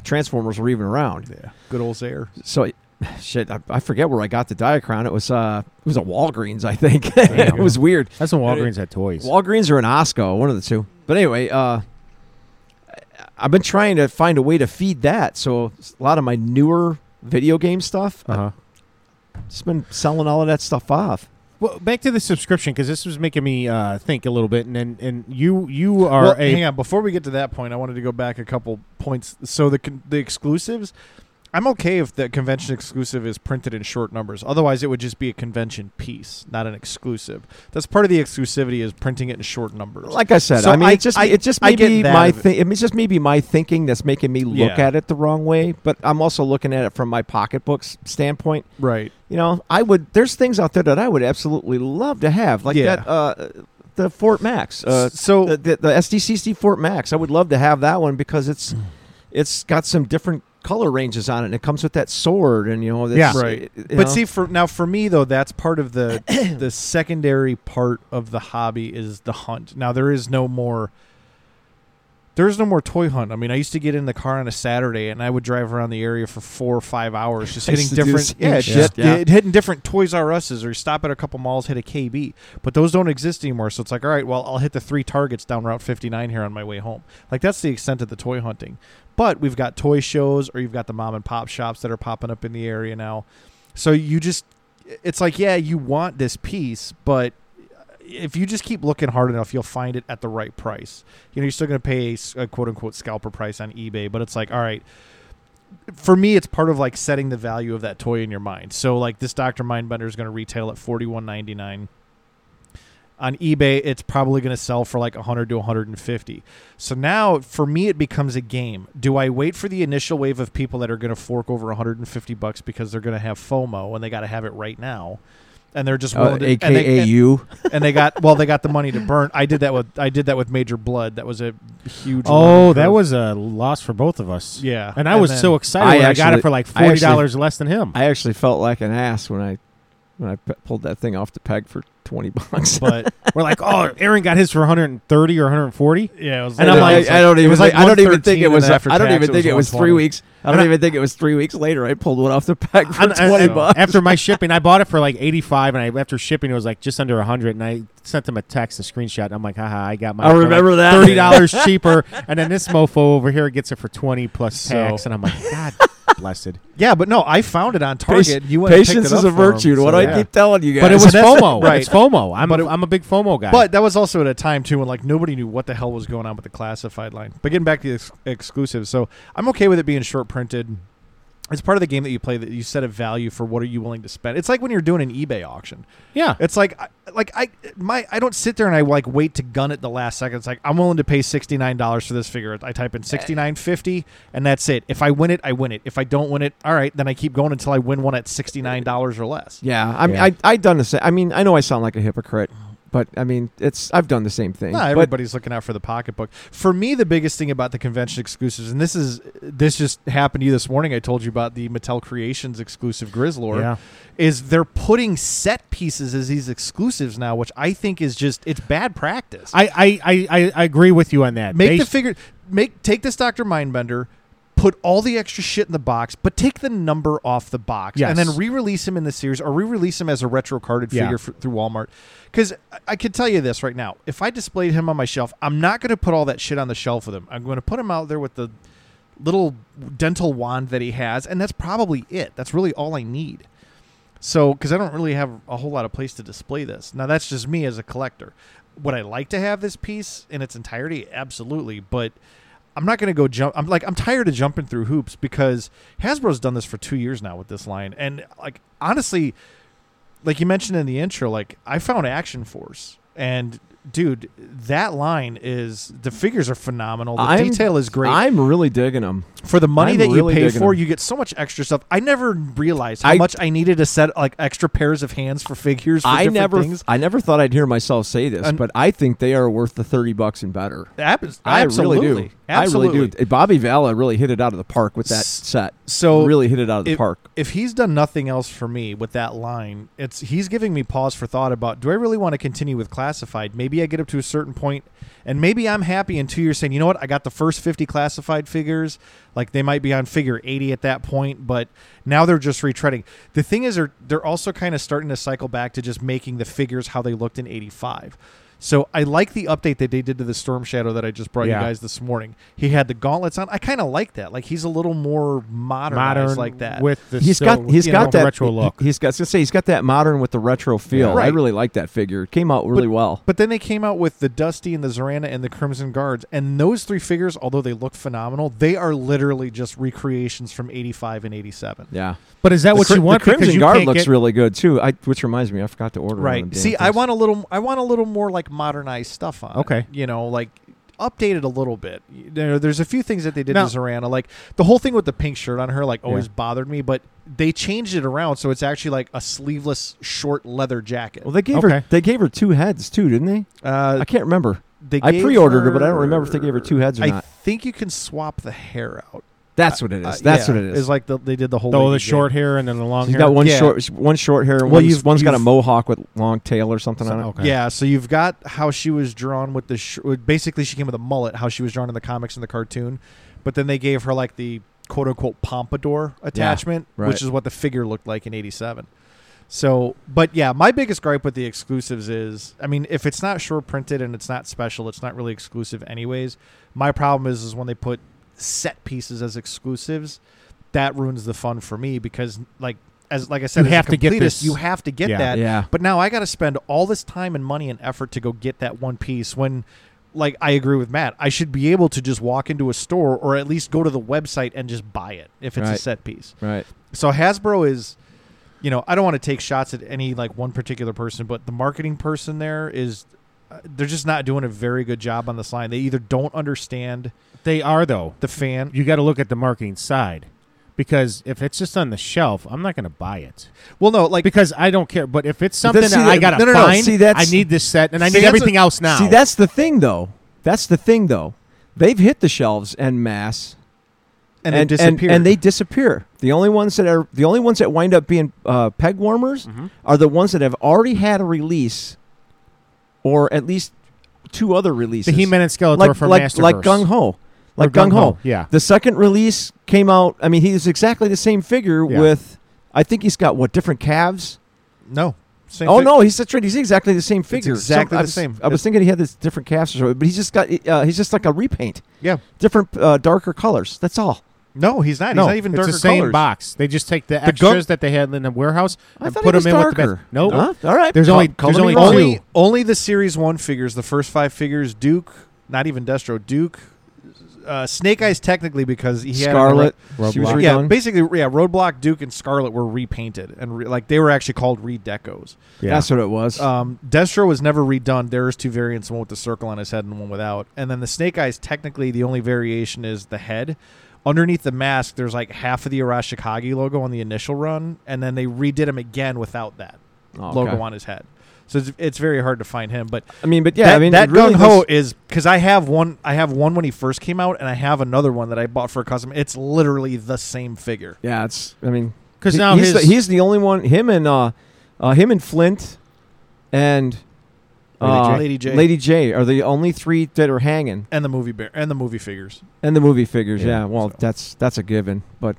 Transformers were even around. yeah. Good old Zaire. So, <sighs> shit, I, I forget where I got the Diacron. It was uh, it was a Walgreens, I think. <laughs> it was weird. That's when Walgreens had toys. Walgreens or an Osco, one of the two. But anyway, uh, I- I've been trying to find a way to feed that. So a lot of my newer video game stuff, uh-huh. I've just been selling all of that stuff off. Well, back to the subscription because this was making me uh, think a little bit, and and, and you you are well, a hang on. Before we get to that point, I wanted to go back a couple points. So the con- the exclusives, I'm okay if the convention exclusive is printed in short numbers. Otherwise, it would just be a convention piece, not an exclusive. That's part of the exclusivity is printing it in short numbers. Like I said, So I mean, I- it just I- it just I may get be that my of it. thing. It's just maybe my thinking that's making me look Yeah. at it the wrong way. But I'm also looking at it from my pocketbook's standpoint. right. You know, I would. There's things out there that I would absolutely love to have, like Yeah. that. Uh, the Fort Max. Uh, so the, the, the SDCC Fort Max. I would love to have that one because it's it's got some different color ranges on it, and it comes with that sword, and you know, it's, Yeah. right. you but know. see, for now, for me though, that's part of the <coughs> the secondary part of the hobby is the hunt. Now there is no more. There's no more toy hunt. I mean, I used to get in the car on a Saturday and I would drive around the area for four or five hours <laughs> just I hitting used to do the different same shit, just yeah. hit- hitting different Toys R Us's or stop at a couple malls, hit a KB. But those don't exist anymore. So it's like, all right, well, I'll hit the three targets down Route 59 here on my way home. Like that's the extent of the toy hunting. But we've got toy shows or you've got the mom and pop shops that are popping up in the area now. So you just it's like, yeah, you want this piece, but if you just keep looking hard enough, you'll find it at the right price. You know, you're still going to pay a s- a quote unquote scalper price on eBay, but it's like, all right. For me, it's part of like setting the value of that toy in your mind. So, like this Doctor Mindbender is going to retail at forty one ninety nine. On eBay, it's probably going to sell for like 100 to 150. So now, for me, it becomes a game. Do I wait for the initial wave of people that are going to fork over 150 bucks because they're going to have FOMO and they got to have it right now, and they're just willing uh, to, AKA and they- and- you. and they got well they got the money to burn i did that with i did that with major blood that was a huge learning oh curve. that was a loss for both of us. yeah and I was then- so excited I when I got actually- it for like I forty actually- dollars less than him. I actually felt like an ass when I when I p- pulled that thing off the peg for twenty <laughs> bucks. but We're like, oh, Aaron got his for one hundred and thirty or one hundred and forty. yeah it was And I'm it like, was I don't it even, was think, I don't even 113, think it and was. then after I don't tax, even think it was three 120. weeks. I don't even think it was three weeks later. I pulled one off the peg for And- and- twenty and bucks. After my shipping, I bought it for like eighty five, and I after shipping it was like just under hundred. And I sent them a text, a screenshot. And I'm like, haha, I got my. I remember that. thirty dollars <laughs> cheaper, and then this mofo over here gets it for twenty plus So- tax, and I'm like, <laughs> God blessed. yeah but no i found it on Pac- target you went and picked Patience it is up a for 'em, virtue. so What do yeah. I keep telling you guys? But it was So that's- <laughs> FOMO, right. right? It's FOMO. I'm But a, it- I'm a big FOMO guy. but that was also at a time too when like nobody knew what the hell was going on with the classified line but getting back to the ex- exclusive so i'm okay with it being short printed it's part of the game that you play that you set a value for what are you willing to spend it's like when you're doing an ebay auction yeah, It's like, I- like I my I don't sit there and I like wait to gun at the last second. It's like I'm willing to pay sixty nine dollars for this figure. I type in sixty nine fifty, and that's it. If I win it, I win it. If I don't win it, all right, then I keep going until I win one at sixty nine dollars or less. Yeah, I mean, Yeah. I I done the same. I mean, I know I sound like a hypocrite, but I mean, it's I've done the same thing. Nah, But- everybody's looking out for the pocketbook. For me, the biggest thing about the convention exclusives, and this is this just happened to you this morning. I told you about the Mattel Creations exclusive Grizzlord. Yeah. Is they're putting set pieces as these exclusives now, which I think is just it's bad practice. I, I, I, I, I agree with you on that. Make They the sh- figure. Make take this Doctor Mindbender. Put all the extra shit in the box, but take the number off the box, Yes. and then re-release him in the series, or re-release him as a retro carded Yeah. figure f- through Walmart. Because I-, I could tell you this right now: if I displayed him on my shelf, I'm not going to put all that shit on the shelf with him. I'm going to put him out there with the little dental wand that he has, and that's probably it. That's really all I need. So, because I don't really have a whole lot of place to display this. Now, that's just me as a collector. Would I like to have this piece in its entirety? Absolutely. But I'm not going to go jump. I'm like, I'm tired of jumping through hoops because Hasbro's done this for two years now with this line. And, like, honestly, like you mentioned in the intro, like, I found Action Force and dude, that line is the figures are phenomenal. The I'm- detail is great. I'm really digging them. for the money I'm that really you pay digging for, them. you get so much extra stuff. I never realized how I- much I needed a set like extra pairs of hands for figures. For I different never, things. I never thought I'd hear myself say this, And- but I think they are worth the thirty bucks and better. Ab- I absolutely. really do. Absolutely. I really do. Bobby Valla really hit it out of the park with that S- set. so really hit it out of the if, park. If he's done nothing else for me with that line, it's he's giving me pause for thought about do I really want to continue with classified? Maybe I get up to a certain point and maybe I'm happy in two years saying, you know what, I got the first fifty classified figures. Like they might be on figure eighty at that point, but now they're just retreading. The thing is they're they're also kind of starting to cycle back to just making the figures how they looked in eighty five. So I like the update that they did to the Storm Shadow that I just brought Yeah. you guys this morning. He had the gauntlets on. I kind of like that. Like he's a little more modern modernized modern like that. with the He's still, got, he's you got know, that retro look. He's got. I was gonna say he's got that modern with the retro feel. I Right. really like that figure. It came out really well. but then they came out with the Dusty and the Zorana and the Crimson Guards, and those three figures, although they look phenomenal, they are literally just recreations from '85 and '87. yeah, But is the, that what cri- you the want? Because Crimson you Guard can't looks get- really good too. I, which reminds me, I forgot to order. one of Right. them See, damn I things. want a little. I want a little more like modernized stuff on. it. Okay. You know, like updated a little bit. You know, there's a few things that they did Now- to Zorana, like the whole thing with the pink shirt on her, like always bothered me. But they changed it around, so it's actually like a sleeveless short leather jacket. Well, they gave her Okay. they gave her two heads too, didn't they? uh, I can't remember. they I gave pre-ordered her, but I don't remember if they gave her two heads or I not. think you can swap the hair out. That's what it Uh, is. That's yeah, what it is. It's like the, they did the whole. Oh, lady the gig. short hair and then the long She's hair. got one yeah. short, one short hair. and Well, one's, you've- one's got a you've- mohawk with long tail or something on it. Okay. Yeah, so you've got how she was drawn with the sh- basically she came with a mullet, how she was drawn in the comics and the cartoon, but then they gave her like the quote unquote pompadour attachment, right. which is what the figure looked like in '87. So, but yeah, my biggest gripe with the exclusives is, I mean, if it's not short printed and it's not special, it's not really exclusive anyways. My problem is is when they put set pieces as exclusives, that ruins the fun for me because like as like I said, You as a have to get completist, this- You have to get Yeah. that. Yeah. But now I got to spend all this time and money and effort to go get that one piece when like I agree with Matt. I should be able to just walk into a store or at least go to the website and just buy it if it's a Right. set piece. Right. So Hasbro is you know, I don't want to take shots at any like one particular person, but the marketing person there is uh, they're just not doing a very good job on this line. They either don't understand They are though. the fan. You got to look at the marketing side, because if it's just on the shelf, I'm not going to buy it Well, no, like because I don't care. But if it's something that's- see, that I that- got to no, no, no, find, see, that's- I need this set and I See, need that's everything a- else now. See, that's the thing, though. That's the thing, though. They've hit the shelves en masse, and, they disappear. and they disappear. The only ones that are the only ones that wind up being uh, peg warmers Mm-hmm. are the ones that have already had a release, or at least two other the releases. He-Man and Skeletor like from like Masterverse. like Gung Ho, like Gung Gung Ho. Ho, yeah. The second release came out. I mean, he's exactly the same figure Yeah. with. I think he's got what different calves. no. Same Oh thing. no, he's that's right. He's exactly the same figure. exactly I the was- same. I was thinking he had this different calves or something, but he's just got. Uh, he's just like a repaint, Yeah. different uh, darker colors. That's all. No, he's not. No, he's not even it's darker the same colors. box. They just take the The gung- extras that they had in the warehouse I and thought put he was them in darker. with the best. Nope. Huh? all right. There's Col- only- color there's me only wrong. two. Only only the series one figures, the first five figures, Duke, not even Destro, Duke, uh, Snake Eyes technically because he had uh, Scarlet. She was Roadblock. yeah, redone. basically, yeah. Roadblock, Duke, and Scarlet were repainted, and re- like they were actually called redecos. Yeah. That's what it was. Um, Destro was never redone. There's two variants: one with the circle on his head and one without. And then the Snake Eyes, technically, the only variation is the head. Underneath the mask, there's like half of the Arashikagi logo on the initial run, and then they redid him again without that Oh, okay. logo on his head. So it's, it's very hard to find him, but I mean, but yeah, that, I mean, that it really gung ho was- is because I have one. I have one when he first came out, and I have another one that I bought for a customer. It's literally the same figure. Yeah, it's. I mean, 'Cause he- now he's, his- the, he's the only one. Him and uh, uh him and Flint, and uh, Lady J. Lady J are the only three that are hanging, And the movie bear and the movie figures. and the movie figures. Yeah, Yeah, well, so. that's that's a given. But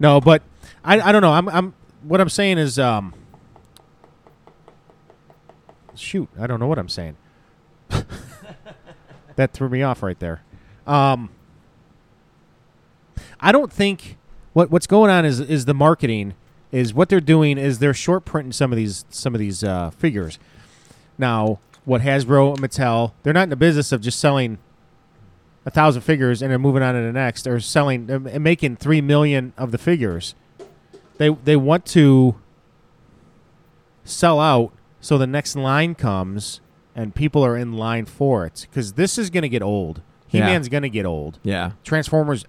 No, but I, I don't know. I'm I'm what I'm saying is um shoot, I don't know what I'm saying. <laughs> that threw me off right there. Um I don't think what what's going on is is the marketing is what they're doing is they're short printing some of these some of these uh, figures. Now, what Hasbro and Mattel, they're not in the business of just selling a thousand figures and then moving on to the next or selling uh, and making three million of the figures. They they want to sell out So the next line comes, and people are in line for it because this is going to get old. He Yeah. Man's going to get old. Yeah. Transformers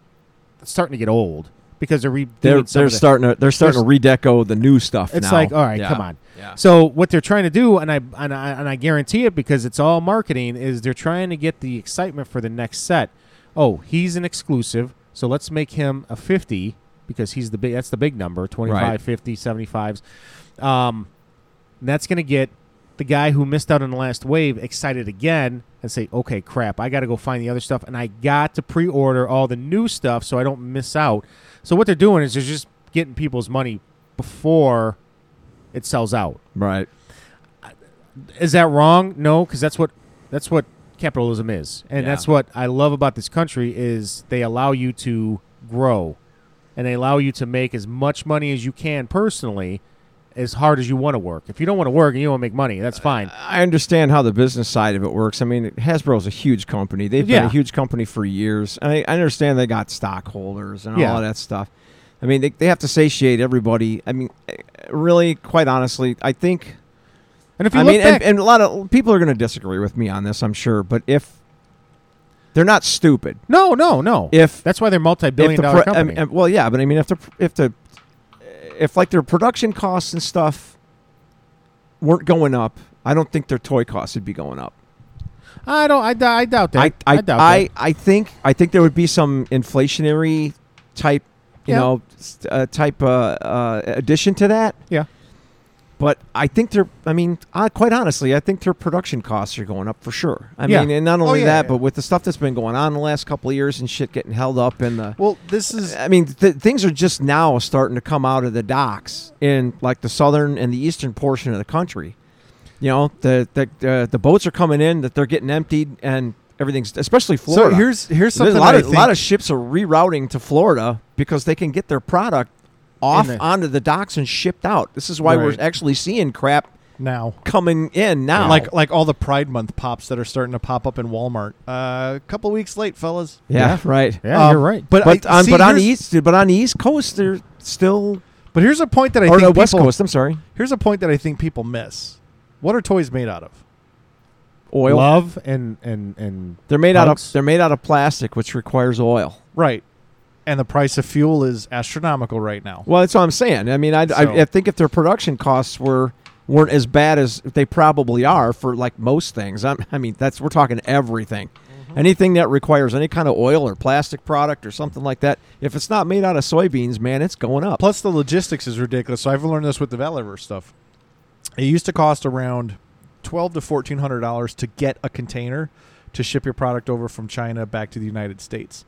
starting to get old because they're redoing They're some they're of the- starting to they're starting to redeco the new stuff. It's now. like, all right, Yeah. come on. Yeah. So what they're trying to do, and I and I and I guarantee it because it's all marketing, is they're trying to get the excitement for the next set. Oh, he's an exclusive, so let's make him a fifty because he's the big. That's the big number: 25, Right. 50, 75s. Um, and that's going to get the guy who missed out on the last wave excited again and say, "Okay, crap, I got to go find the other stuff, and I got to pre-order all the new stuff so I don't miss out." So what they're doing is they're just getting people's money before it sells out. Right. Is that wrong? No, because that's what that's what capitalism is, and Yeah. that's what I love about this country is they allow you to grow, and they allow you to make as much money as you can personally, as hard as you want to work. If you don't want to work and you want to make money, that's fine. I understand how the business side of it works. I mean, Hasbro's a huge company. They've been Yeah. a huge company for years. I, I understand they got stockholders and Yeah. all of that stuff. I mean, they, they have to satiate everybody. I mean, eh, really, quite honestly, I think. And if you I look mean, back, and, and a lot of people are going to disagree with me on this, I'm sure. But if they're not stupid, no, no, no. if that's why they're if multi-billion the dollar pro- I company. mean, well, yeah, but I mean, if the if the if like their production costs and stuff weren't going up, I don't think their toy costs would be going up. I don't. I, dou- I doubt that. I I I, doubt I, that. think I think there would be some inflationary type, you Yeah. know, s- uh, type uh, uh, addition to that. Yeah. But I think they're. I mean, uh, quite honestly, I think their production costs are going up for sure. I Yeah. mean, and not Oh, only yeah, that, yeah. but with the stuff that's been going on the last couple of years and shit getting held up and the Well, this is I mean, th- things are just now starting to come out of the docks in like the southern and the eastern portion of the country. You know, the the uh, the boats are coming in that they're getting emptied and everything's especially Florida. here's- here's There's something a lot I of a lot think- of ships are rerouting to Florida because they can get their product off the- onto the docks and shipped out. This is why Right. we're actually seeing crap now. coming in now. Like like all the Pride Month pops that are starting to pop up in Walmart. Uh, A couple weeks late, fellas. yeah, right. yeah, Um, you're right. But But I, on see, but on the here's- east but on the east coast they're still But here's a point that I or think the west people, coast. I'm sorry, Here's a point that I think people miss. What are toys made out of? oil. Love and and and They're made out Punks? of they're made out of plastic, which requires oil. Right. And the price of fuel is astronomical right now. Well, that's what I'm saying. I mean, I, I, So- I think if their production costs were weren't as bad as they probably are for like most things. I'm, I mean, that's we're talking everything, Mm-hmm. anything that requires any kind of oil or plastic product or something like that. If it's not made out of soybeans, man, it's going up. Plus, the logistics is ridiculous. So I've learned this with the Valiver stuff. It used to cost around twelve to fourteen hundred dollars to get a container to ship your product over from China back to the United States.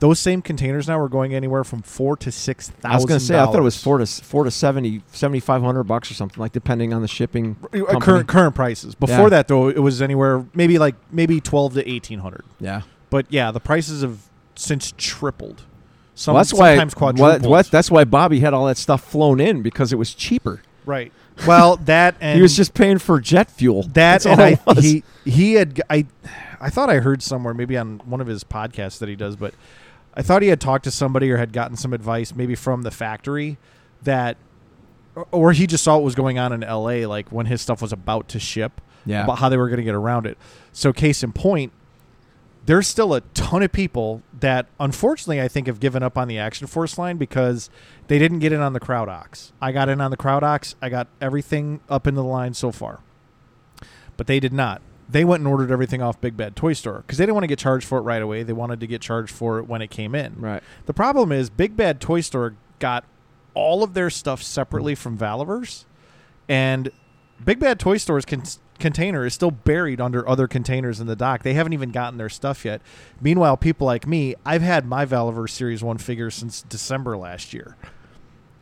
Those same containers now are going anywhere from four to six thousand. I was going to say I thought it was four to s- four to seventy seventy five hundred bucks or something like, depending on the shipping. Uh, company. current current prices. Before Yeah. that, though, it was anywhere maybe like maybe twelve to eighteen hundred. Yeah. But yeah, the prices have since tripled. Some, Well, that's why. sometimes well, quadrupled. that's- that's why Bobby had all that stuff flown in because it was cheaper. Right. Well, that and <laughs> he was just paying for jet fuel. that That's all and I it was. he he had I I thought I heard somewhere maybe on one of his podcasts that he does, but I thought he had talked to somebody or had gotten some advice maybe from the factory that or- or he just saw what was going on in LA like when his stuff was about to ship Yeah. about how they were going to get around it. So case in point there's still a ton of people that unfortunately I think have given up on the Action Force line because they didn't get in on the crowd ox. I got in on the crowd ox. I got everything up in the line so far. But they did not. They went and ordered everything off Big Bad Toy Store because they didn't want to get charged for it right away. They wanted to get charged for it when it came in. Right. The problem is Big Bad Toy Store got all of their stuff separately from Valivers, and Big Bad Toy Store's con- container is still buried under other containers in the dock. They haven't even gotten their stuff yet. Meanwhile, people like me, I've had my Valivers Series 1 figure since December last year.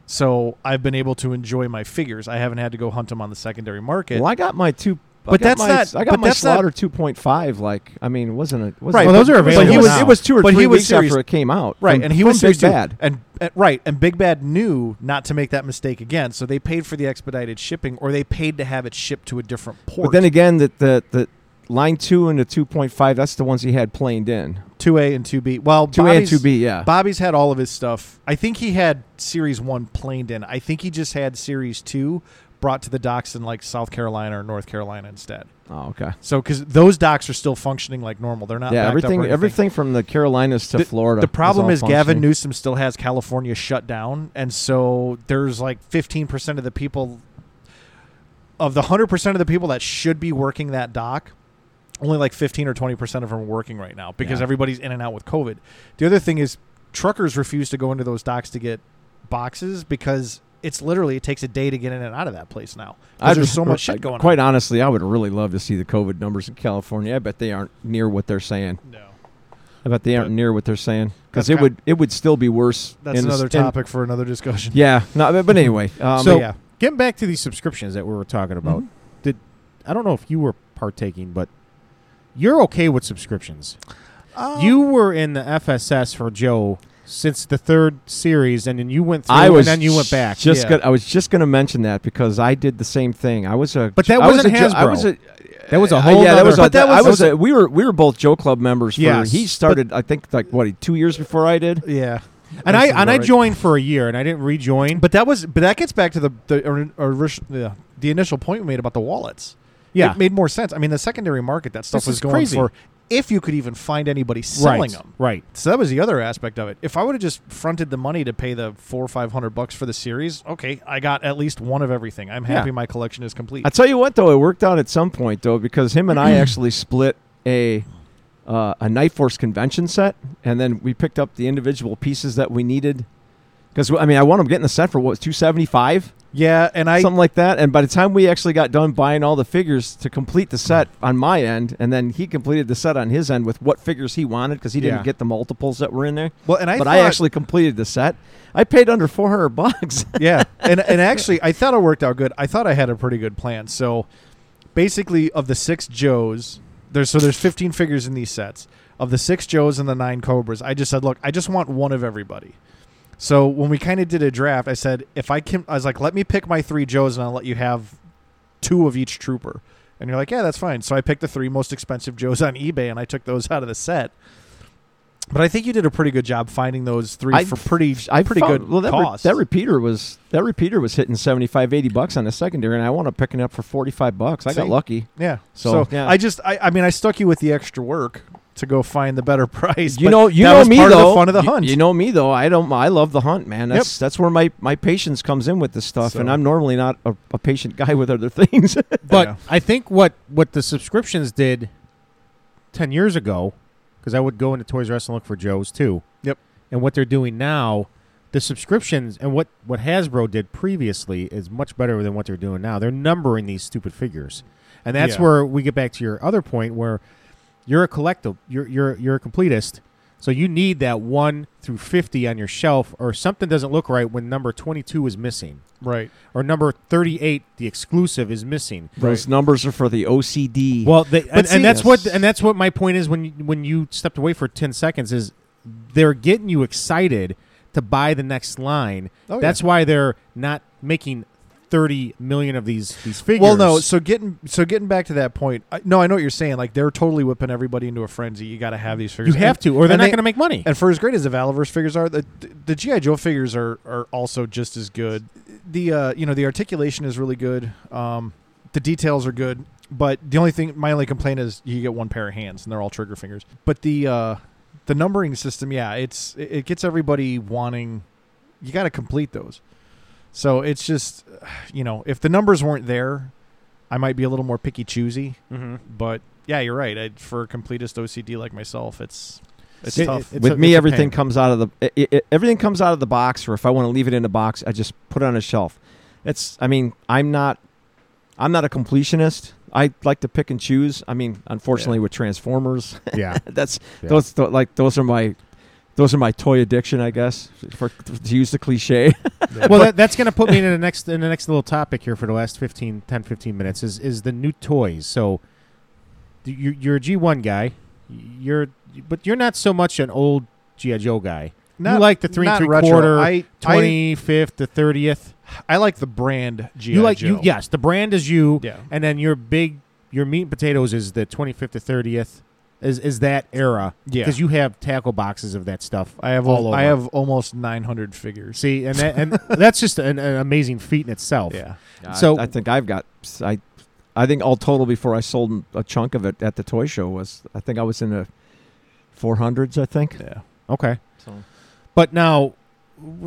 So I've been able to enjoy my figures. I haven't had to go hunt them on the secondary market. Well, I got my two. But I got that's my, not- I got but my that's not- slaughter two point five. Like, I mean, wasn't it? Wasn't Right, It, well, those are But available he was, now. it was two or But three he was weeks serious- after it came out. Right, from- and he from was Big serious too. Bad. And, and right, and Big Bad knew not to make that mistake again, so they paid for the expedited shipping, or they paid to have it shipped to a different port. But then again, that the the line two and the two point five. That's the ones he had planed in. two A and two B. Well, Two A and Bobby's- two B. Yeah. Bobby's had all of his stuff. I think he had Series One planed in. I think he just had Series Two brought to the docks in like South Carolina or North Carolina instead. Oh, okay. So because those docks are still functioning like normal, they're not. Yeah, backed up or everything, anything. everything from the Carolinas to The- Florida. The problem all is, Gavin functioning. Newsom still has California shut down, and so there's like 15 percent of the people, of the 100 percent of the people that should be working that dock, only like 15 or 20 percent of them are working right now because Yeah. everybody's in and out with COVID. The other thing is, truckers refuse to go into those docks to get boxes because it's literally it takes a day to get in and out of that place now. 'Cause I'd there's re- so much I- shit going Quite on. honestly, I would really love to see the COVID numbers in California. I bet they aren't near what they're saying. No. I bet they aren't But- near what they're saying That's because it ki- would it would still be worse. That's in the s- another in- topic for another discussion. yeah, no, but- but <laughs> anyway, um, so yeah. getting back to these subscriptions that we were talking about, did I don't know if you were partaking, but you're okay with subscriptions. you were in the FSS for Joe since the third series, and then you went through, I was and then you went back. Just Yeah. gonna, I was just going to mention that because I did the same thing. I was a But that I was wasn't a, jo- I Hasbro. was a that was a Uh, whole. yeah, that nother- was. A, but that was, I was. a, we were we were both Joe Club members. For, Yes, he started. I think like what two years before I did. Yeah. and I That's and I right. joined for a year, and I didn't rejoin. But that was, but that gets back to the the, or, or, the, the initial point we made about the wallets. Yeah. it made more sense. I mean, the secondary market that stuff This was is going crazy. for, if you could even find anybody selling right, them. right? So that was the other aspect of it. If I would have just fronted the money to pay the four or five hundred bucks for the series, okay, I got at least one of everything. I'm happy Yeah. my collection is complete. I tell you what, though, it worked out at some point though because him <clears throat> and I actually split a uh, a Night Force convention set, and then we picked up the individual pieces that we needed. Because I mean, I want them getting the set for what two seventy five, yeah, and I something like that. And by the time we actually got done buying all the figures to complete the set on my end, and then he completed the set on his end with what figures he wanted because he Yeah. didn't get the multiples that were in there. well, and I but thought, I actually completed the set. I paid under four hundred bucks. <laughs> yeah, and and actually, I thought it worked out good. I thought I had a pretty good plan. So, basically, of the six Joes, there's so there's 15 figures in these sets. Of the six Joes and the nine Cobras, I just said, look, I just want one of everybody. So when we kind of did a draft, I said, if I can, I was like, let me pick my three Joes, and I'll let you have two of each trooper. And you're like, yeah, that's fine. So I picked the three most expensive Joes on eBay, and I took those out of the set. But I think you did a pretty good job finding those three I- for pretty, I pretty found- good well, that, re- cost. that repeater was that repeater was hitting 75, 80 bucks on the secondary, and I wound up picking it up for forty five bucks. I See? got lucky. Yeah. So, So, yeah. I just I, I mean I stuck you with the extra work to go find the better <laughs> price. You but know, you that know was me part though. Of the fun of the You- hunt. You, know me though. I don't. I love the hunt, man. That's that's where my my patience comes in with this stuff, and So- I'm normally not a, a patient guy with other <laughs> things. But Yeah. I think what what the subscriptions did ten years ago, because I would go into Toys R Us and look for Joe's too. Yep. And what they're doing now, the subscriptions and what what Hasbro did previously is much better than what they're doing now. They're numbering these stupid figures, and that's Yeah. where we get back to your other point where you're a collectible, you're you're you're a completist. So you need that one through fifty on your shelf, or something doesn't look right when number twenty-two is missing, right. or number thirty-eight, the exclusive, is missing. Those numbers are for the OCD. Well, they, and, see- and that's what Yes. and that's what my point is when you, when you stepped away for ten seconds is they're getting you excited to buy the next line. Oh, yeah. that's why they're not making thirty million of these these figures. Well, no. So getting so getting back to that point. I, no, I know what you're saying. Like they're totally whipping everybody into a frenzy. You got to have these you figures. have And- to, or they're and not they- going to make money. And for as great as the Valiverse figures are, the the GI Joe figures are are also just as good. The uh, you know the articulation is really good. Um, the details are good, but the only thing my only complaint is you get one pair of hands and they're all trigger fingers. But the uh, the numbering system, yeah, it's it it gets everybody wanting. You got to complete those. So it's just, you know, if the numbers weren't there, I might be a little more picky choosy. Mm-hmm. Mhm. But yeah, you're right. I, for a completist OCD like myself, it's it's It- tough. it's with a- it's me, a everything pain. comes out of the i i- i everything comes out of the box, or if I want to leave it in the box, I just put it on a shelf. It's, I mean, I'm not, I'm not a completionist. I like to pick and choose. I mean, unfortunately, with Transformers, yeah, <laughs> that's Yeah. those th- like those are my those are my toy addiction, I guess, for to use the cliche. <laughs> <laughs> well, that, that's going to put me into the next in the next little topic here for the last 15, 10, 15 minutes is is the new toys. So th- you, you're a G one guy, you're but you're not so much an old GI Joe guy. you Not- like the three and not three retro. quarter, I- I- twenty fifth to thirtieth. I like the brand GI You like Joe. you yes, the brand is you, Yeah. and then your big your meat and potatoes is the twenty fifth to thirtieth. is is that era. Yeah. because you have tackle boxes of that stuff. I have all all, over. I have almost 900 figures. See, and that, and <laughs> that's just an, an amazing feat in itself. Yeah. So- I, I think I've got I, I think all total before I sold a chunk of it at the toy show was I think I was in the four hundreds. I think. Yeah. Okay. So. But now,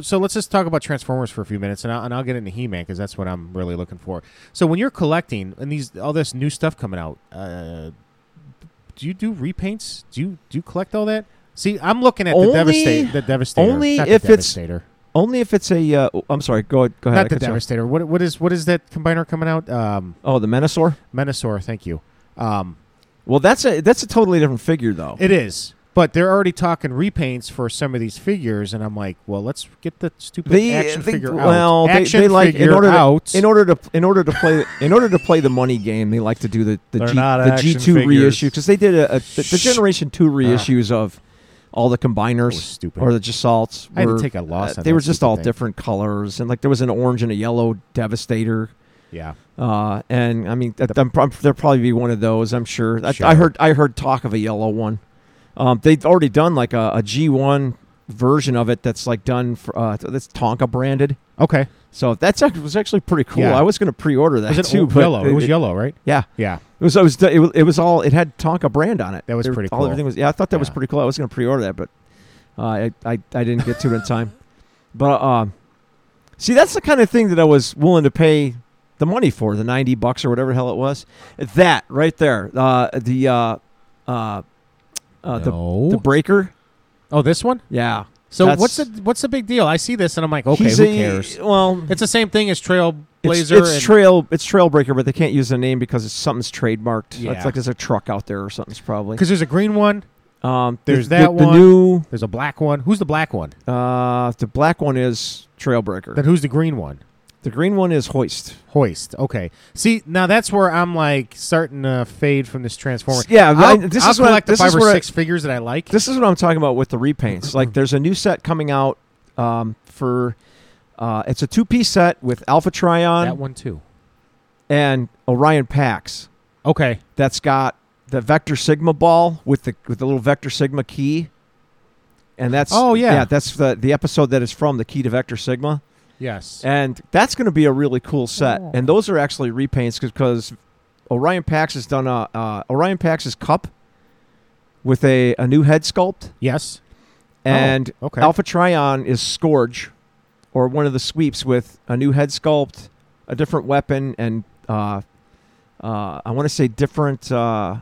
so let's just talk about Transformers for a few minutes, and I'll, and I'll get into He Man because that's what I'm really looking for. So when you're collecting and these all this new stuff coming out, uh, do you do repaints? Do you do you collect all that? See, I'm looking at Only- the Devastator. The Devastator. only not if the it's- Devastator. Only if it's a. Uh, I'm sorry. Go ahead. Go ahead. Not I the can sorry. Devastator. What what is what is that combiner coming out? Um, Oh, the Menosaur. Menosaur. Thank you. Um, Well, that's a that's a totally different figure though. It is. But they're already talking repaints for some of these figures, and I'm like, well, let's get the stupid They- action they- figure out. well, they- action they like- in figure order to- out. In order to in order to play in order to play the money game, they like to do the the They're G, not the action G two figures. reissue because they did a, a the, the generation two reissues of all the Ah. That was combiners stupid. or the Jasalts. I had to were, uh, take a loss on they that were just stupid all thing. different colors and like there was an orange and a yellow Devastator. yeah, Uh, and I mean, th- I'm, prob- there'll probably be one of those. I'm sure. I, Sure. I heard. I heard talk of a yellow one. Um, they've already done like a, a G1 version of it that's like done for uh, that's Tonka branded. okay. So that's actually, was actually pretty cool. Yeah. I was going to pre-order that Was it too. o- but yellow? It was yellow, right? Yeah, Yeah. it was. I was. It was, it was all. It had Tonka brand on it. That was They were- pretty all, cool. Everything was. Yeah, I thought that was Yeah. pretty cool. I was going to pre-order that, but uh, I, I I didn't get to it in time. <laughs> But um, see, that's the kind of thing that I was willing to pay the money for the ninety bucks or whatever the hell it was. That right there. Uh, the uh, uh, uh, no. the the breaker. oh, this one. Yeah. So That's- what's the what's the big deal? I see this and I'm like, okay, He's who a- cares? Well, It's the same thing as Trailblazer. It's, and- it's trail. It's Trailbreaker, but they can't use the name because it's something's trademarked. Yeah. It's like there's a truck out there or something's probably. because there's a green one, Um, the- there's the, that the, one. new there's a black one. Who's the black one? uh, the black one is Trailbreaker. Then who's the green one? the green one is Hoist. Hoist. Okay. See, now that's where I'm like starting to fade from this transformer. Yeah, I'll, but I- this I'll is what I- collect the this five is or what I- six Mm-hmm. figures that I like. This is what I'm talking about with the repaints. like there's a new set coming out um, for. Uh, it's a two-piece set with Alpha that Trion one too. and Orion Pax. Okay. That's got the Vector Sigma ball with the with the little Vector Sigma key. And that's Oh, yeah. yeah that's the the episode that is from the key to Vector Sigma. Yes. And that's going to be a really cool set. And those are actually repaints because Orion Pax has done a uh, Orion Pax's cup with a, a new head sculpt, yes. and Oh, okay. Alpha Trion is Scourge, or one of the sweeps with a new head sculpt, a different weapon, and uh, uh, I want to say different uh,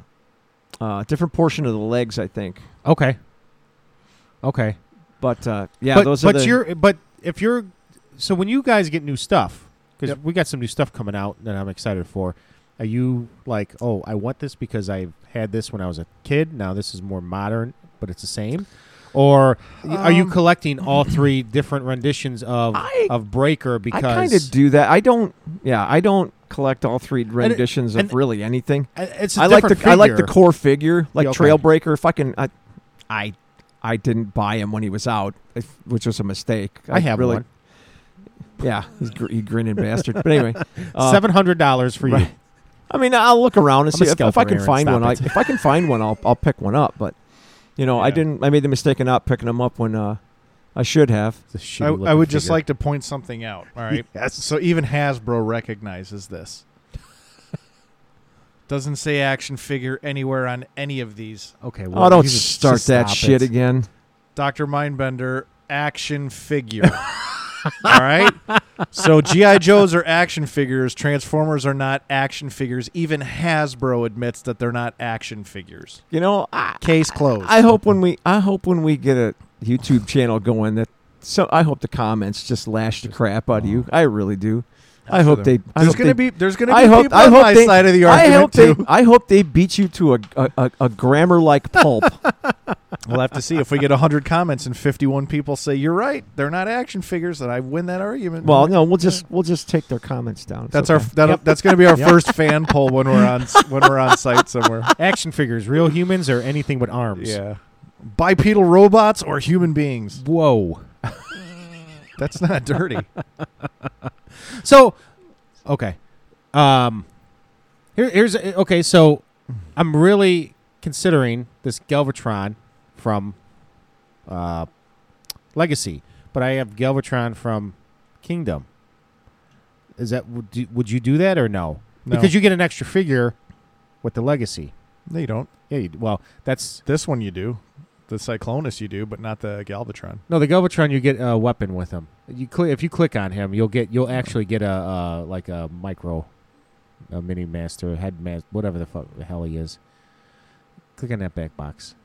uh, different portion of the legs, I think. Okay. Okay. But uh, yeah, but those but are the you're but if you're so when you guys get new stuff because Yep. we got some new stuff coming out that I'm excited for. Are you like, oh, I want this because I had this when I was a kid. Now this is more modern, but it's the same. Or y- are you Um, <clears throat> collecting all three different renditions of I- of Breaker I because kind of do that. I don't. Yeah, I don't collect all three renditions and- of really anything. I- it's a I like the different I like the figure. core figure, like Yeah, okay. Trailbreaker. Fucking I, I, I didn't buy him when he was out, if- which was a mistake. I have really, one. Yeah, he's gr- you grinning bastard. But <laughs> anyway, uh, Seven hundred dollars for you. right. I mean, I'll look around and I'm a see if, if I scalper, can Aaron, find stop one. I, it. if I can find one, I'll I'll pick one up. But you know, I Yeah. didn't. I made the mistake of not picking him up when uh, I should have. It's a I, I shitty would looking just figure. like to point something out. All <laughs> right. So even Hasbro recognizes this. <laughs> Doesn't say action figure anywhere on any of these. okay. oh, well, don't you just- start just that stop shit it. again. Dr. Mindbender action figure. <laughs> All right. So GI Joes are action figures. Transformers are not action figures. Even Hasbro admits that they're not action figures. You know, I, Case closed. I hope when we I hope when we get a YouTube channel going that so I hope the comments just lash the crap out of you. I really do. I hope they. I there's hope gonna be they- there's gonna be I hope. people I on hope my they, side of the I argument hope they. too. I hope they beat you to a a, a, a grammar <laughs> like pulp. We'll have to see if we get 100 comments and 51 people say you're right. They're not action figures, and I win that argument. well, no, we'll just we'll just take their comments down. It's that's okay. our that, that's going to <laughs> be our first fan poll when we're on s- when we're on site somewhere. action figures, real humans or anything but arms. Yeah, bipedal robots or human beings. Whoa. That's not dirty. So, okay. Um, here, here's okay. So, I'm really considering this Galvatron from uh, Legacy, but I have Galvatron from Kingdom. Is that would you- would you do that or no? No. Because you get an extra figure with the Legacy. No, you don't. Yeah, you, well, that's This one you do. The Cyclonus you do, but not the Galvatron. No, the Galvatron, you get a weapon with him. You click if you click on him, you'll get you'll actually get a uh, like a micro, a mini master, head master, whatever the fuck the hell he is. Click on that back box.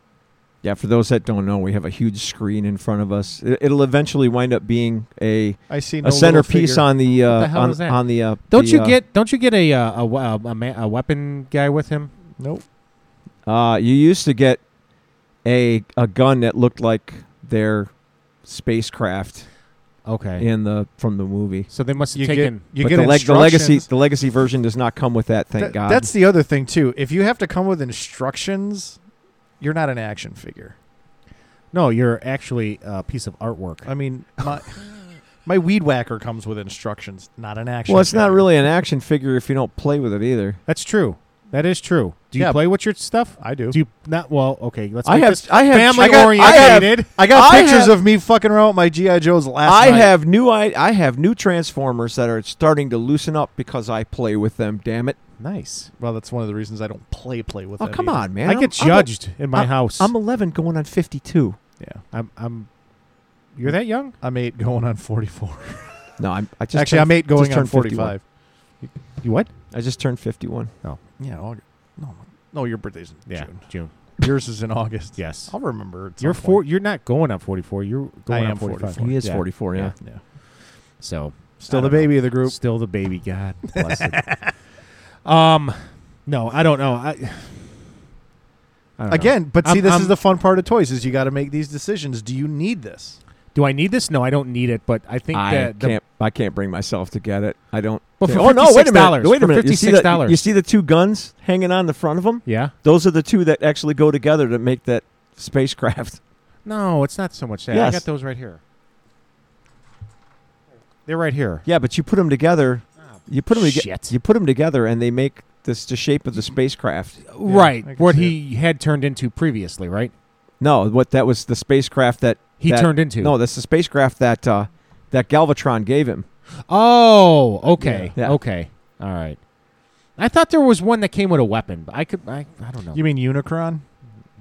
Yeah, for those that don't know, we have a huge screen in front of us. It, it'll eventually wind up being a, I see no a little centerpiece figure. on the uh, What the hell on, is that? on the. Uh, Don't the, you uh, get don't you get a uh, a we- a, a, ma- a weapon guy with him? Nope. Uh, you used to get a a gun that looked like their spacecraft Okay. in the from the movie. So they must have You get taken. you but get the, leg- the legacy instructions. the legacy version does not come with that. Thank Th- God. That's the other thing too. If you have to come with instructions, you're not an action figure. no, you're actually a piece of artwork. I mean, <laughs> my my weed whacker comes with instructions, not an action. well, it's not figure. really an action figure if you don't play with it either. That's true. That is true. Do you Yeah. play with your stuff? I do. Do you not? Well, okay. Let's. I get have this I have family I got, oriented. I got I pictures have- of me fucking around with my GI Joes last I night. have new I, I have new transformers that are starting to loosen up because I play with them. Damn it! nice. Well, that's one of the reasons I don't play play with. Oh them come either. on, man! I I'm- get I'm a- judged in my house. I'm 11 going on 52. Yeah, I'm I'm you're that young? I'm eight going on 44. No, I'm, I just Actually, I'm turned, eight going just on turned 45. You what? I just turned 51. Yeah. August. No, no, your birthday's in June. June. Yours is in August. Yes. I'll remember. at some You're point. four you're not going on forty four, you're going I on am forty five. 44. He is yeah. 44. Yeah. Yeah. So Still I the don't know. baby of the group. Still the baby. God bless it. um no, I don't know. I, I don't know. Again, but see, I'm- this I'm- is the fun part of toys is you got to make these decisions. Do you need this? do I need this? No, I don't need it, but I think I that the- can't. I can't bring myself to get it. I don't. Well, for oh no! Wait a minute! $56, Wait a for minute! You see, the, $56. you see the two guns hanging on the front of them? yeah. Those are the two that actually go together to make that spacecraft. <laughs> No, it's not so much that. Yes. I got those right here. They're right here. Yeah, but you put them together. You put them together. Shit. You put them together, and they make this the shape of the spacecraft. I right. can What see he had turned into previously, right? No, what that was the spacecraft that He that- turned into. No, that's the spacecraft that uh, that Galvatron gave him. Oh, okay, Yeah. Yeah. okay, all right. I thought there was one that came with a weapon, but I could, I, I don't know. You mean Unicron?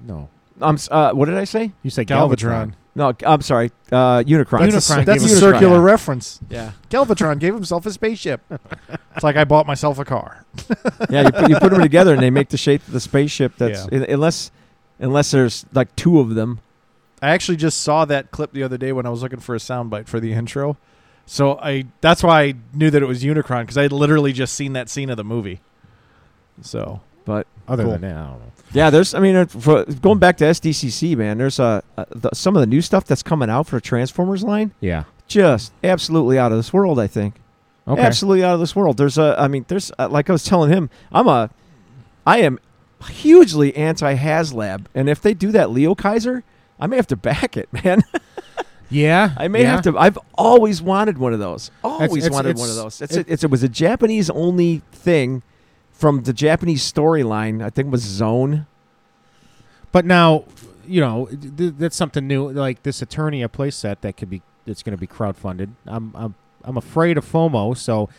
no, I'm. s- Uh, what did I say? you said Galvatron. Galvatron. No, I'm sorry. Uh, Unicron. Unicron. That's a, that's gave a us- circular yeah. reference. yeah. Galvatron gave himself a <laughs> spaceship. it's like I bought myself a car. yeah, you put, you put them together and they make the shape of the spaceship. That's un- unless unless there's like two of them. I actually just saw that clip the other day when I was looking for a soundbite for the intro. So I that's why I knew that it was Unicron because I had literally just seen that scene of the movie. So But Other Cool. than that, I don't know. yeah, there's. I mean, uh, for, going back to SDCC, man, there's uh, uh, the, some of the new stuff that's coming out for the Transformers line. Yeah. Just absolutely out of this world. I think Okay. absolutely out of this world. There's a. I mean, there's uh, like I was telling him, I'm a, I am hugely anti HasLab, and if they do that Leo Kaiser, I may have to back it, <laughs> man. Yeah. I may yeah. have to. I've always wanted one of those. Always it's- wanted it's- one of those. It's, it- it's, it was a Japanese only thing from the Japanese storyline. I think it was Zone. But now, you know, th- that's something new. Like this Eternia playset that could be, it's going to be crowdfunded. I'm, I'm, I'm afraid of FOMO, so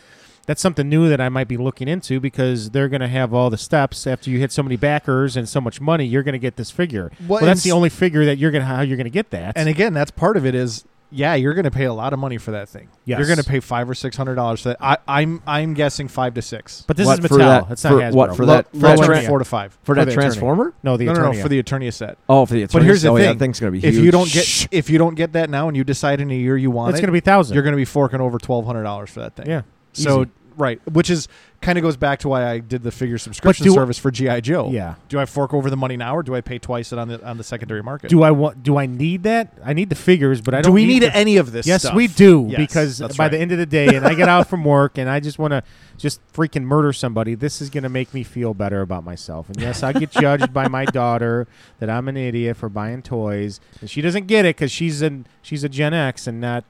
that's something new that I might be looking into because they're going to have all the steps. After you hit so many backers and so much money, you're going to get this figure. Well, Well, and that's the s- only figure that you're going to how you're going to get that. and again, that's part of it is yeah, you're going to pay a lot of money for that thing. Yes. You're going to pay five or six hundred dollars for that. I, I'm I'm guessing five to six. But this is What, Mattel. for that- That's not for- Hasbro. what, for Low- that- for low that end, Tran- four to five For that the Eternia. Transformer? No, the No, no, no, Eternia. for the Eternia set. Oh, for the Eternia. But here's the oh, Yeah, thing: that thing's going to be if huge. you don't get Shh. if you don't get that now and you decide in a year you want it's it, going to be thousand. you're going to be forking over twelve hundred dollars for that thing. yeah. So Easy. right, which is kind of goes back to why I did the figure subscription do- service for GI Joe. Yeah. Do I fork over the money now, or do I pay twice it on the on the secondary market? Do I want? Do I need that? I need the figures, but I Do don't. we need the- any of this? Yes, stuff? we do. Yes, because by that's the right. end of the day, and I get out from work, and I just want to just freaking murder somebody. This is going to make me feel better about myself. And yes, I get judged by my daughter that I'm an idiot for buying toys, and she doesn't get it because she's an she's a Gen X and not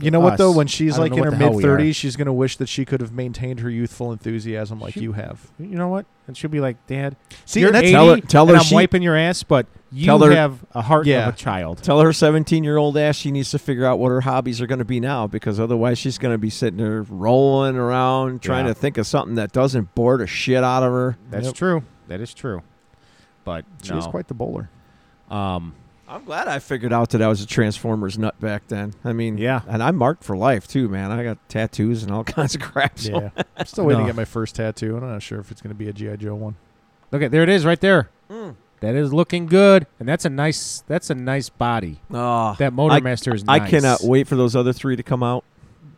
You know what though? us. When she's I don't like know in what her the hell mid we are. thirties, she's gonna wish that she could have maintained her youthful enthusiasm like She- you have. you know what? And she'll be like, Dad, See, you're and that's- 80, Tell her- tell her and I'm she- wiping your ass, but you Tell her- have a heart Yeah. of a child. Tell her 17 year old ass she needs to figure out what her hobbies are going to be now because otherwise she's going to be sitting there rolling around trying to Yeah. think of something that doesn't bore the shit out of her. That's Yep. true. That is true. But she no. is quite the bowler. um, I'm glad I figured out that I was a Transformers nut back then. I <laughs> mean, Yeah. and I'm marked for life too, man. I got tattoos and all <laughs> kinds of crap. So. Yeah, I'm still waiting No. to get my first tattoo, and I'm not sure if it's gonna be a GI Joe one. look at there it is right there. Mm. That is looking good, and that's a nice that's a nice body. Ah. That Motor Master is. I Oh, nice. cannot wait for those other three to come out.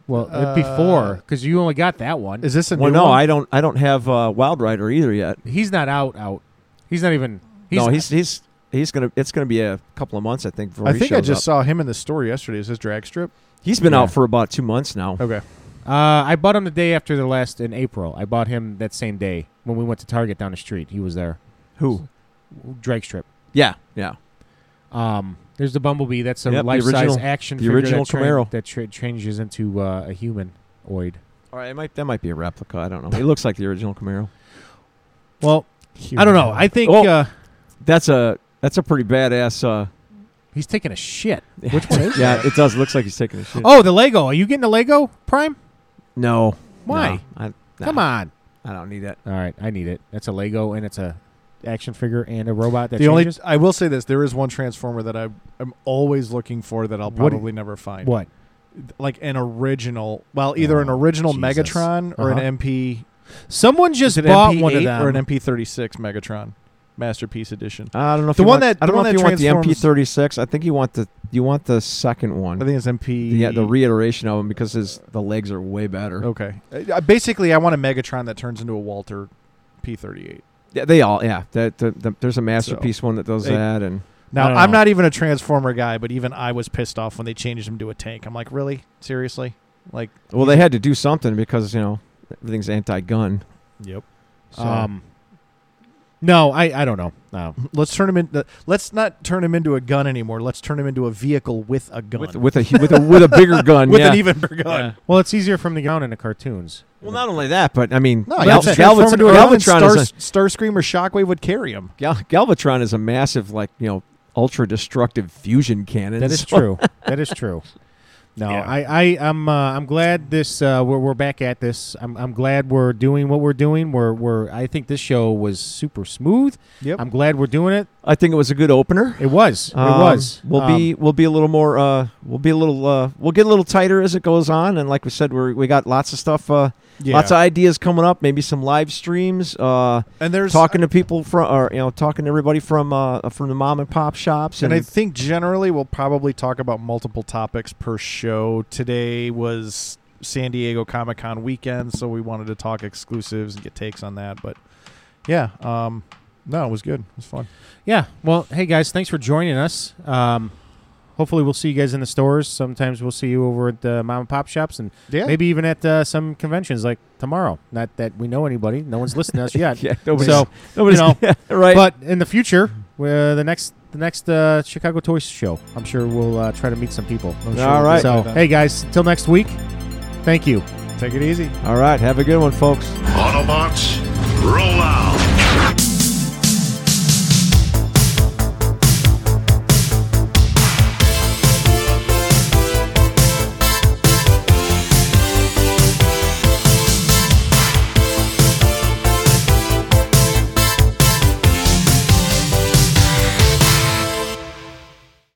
Well, Uh, before because you only got that one. Is this a well, new no, one? I don't. I don't have uh, Wild Rider either yet. He's not out. Out. He's not even. He's, no, he's he's he's gonna. It's gonna be a couple of months, I think. Before I he think I shows just up. saw him in the store yesterday. Is this drag strip? He's been Yeah. out for about two months now. Okay. Uh, I bought him the day after the last in April. I bought him that same day when we went to Target down the street. He was there. Who? Drake Strip. Yeah, yeah. Um, there's the Bumblebee. That's a Yep, the life-size original- action. the figure original that tra- Camaro. that tra- changes into uh, a humanoid. All right, it might that might be a replica. I don't know. He looks like the original Camaro. Well, I don't know. I think Oh. uh, That's a that's a pretty badass. Uh, he's taking a shit. Which one is <laughs> yeah, it does. Looks like he's taking a shit. Oh, the Lego. Are you getting the Lego Prime? no! Why? No, I, nah, Come on. I don't need that. All right, I need it. That's a Lego and it's a action figure and a robot that the only changes. I will say this: there is one transformer that I am always looking for that I'll What- probably never find. what? Like an original, well, either an Oh, original Jesus. Megatron or Uh-huh. an MP. Someone Is just it bought MP8 one of them. or an MP36 Megatron masterpiece edition? I don't know if The you one want- that- I the don't know one if that you want the transforms- MP36. I think you want the you want the second one. I think it's MP. yeah, the reiteration of him because his the legs are way better. Okay. Uh, basically, I want a Megatron that turns into a Walter P38. Yeah, they all. Yeah, that the, the, there's a masterpiece one that does They- that, and Now, No. I'm not even a Transformer guy, but even I was pissed off when they changed him to a tank. I'm like, really? Seriously? Like, well, they had to do something because you know everything's anti-gun. yep. So. Um, no, I, I don't know. <laughs> No. Let's turn him into. Let's not turn him into a gun anymore. Let's turn him into a vehicle with a gun. with with a hu- with a with <laughs> a bigger gun. With yeah. an even bigger gun. Well, it's easier from the ground in the cartoons. well, not only that, but I mean, No, Gal- yeah, just transform him Galvatron, into a gun and Galvatron is a, Star, Starscream or Shockwave would carry him. Gal- Galvatron is a massive, like you know, ultra destructive fusion cannon. That is so- true. <laughs> that is true. No, Yeah. I, I, I'm, uh, I'm glad this. Uh, we're, we're back at this. I'm, I'm glad we're doing what we're doing. We're, we're. I think this show was super smooth. Yep. I'm glad we're doing it. I think it was a good opener. It was. Um, it was. We'll Um, be we'll be a little more. Uh, we'll be a little. Uh, we'll get a little tighter as it goes on, and like we said, we we got lots of stuff. Uh, Yeah. Lots of ideas coming up. Maybe some live streams. Uh, and there's talking to people from, or you know, talking to everybody from uh, from the mom and pop shops. And And, I think generally we'll probably talk about multiple topics per show. Today was San Diego Comic Con weekend, so we wanted to talk exclusives and get takes on that. But yeah, um, no, it was good. It was fun. Yeah. Well, hey guys, thanks for joining us. Um, hopefully, we'll see you guys in the stores. Sometimes we'll see you over at the mom and pop shops, and Yeah. maybe even at uh, some conventions like tomorrow. Not that we know anybody. No one's <laughs> listening to us yet. yeah, nobody's, So, nobody's you know, right. but in the future, uh, the next the next uh, Chicago Toy Show, I'm sure we'll uh, try to meet some people. I'm All we'll right. do So, that. hey guys, till next week. Thank you. take it easy. All right, have a good one, folks. Autobots,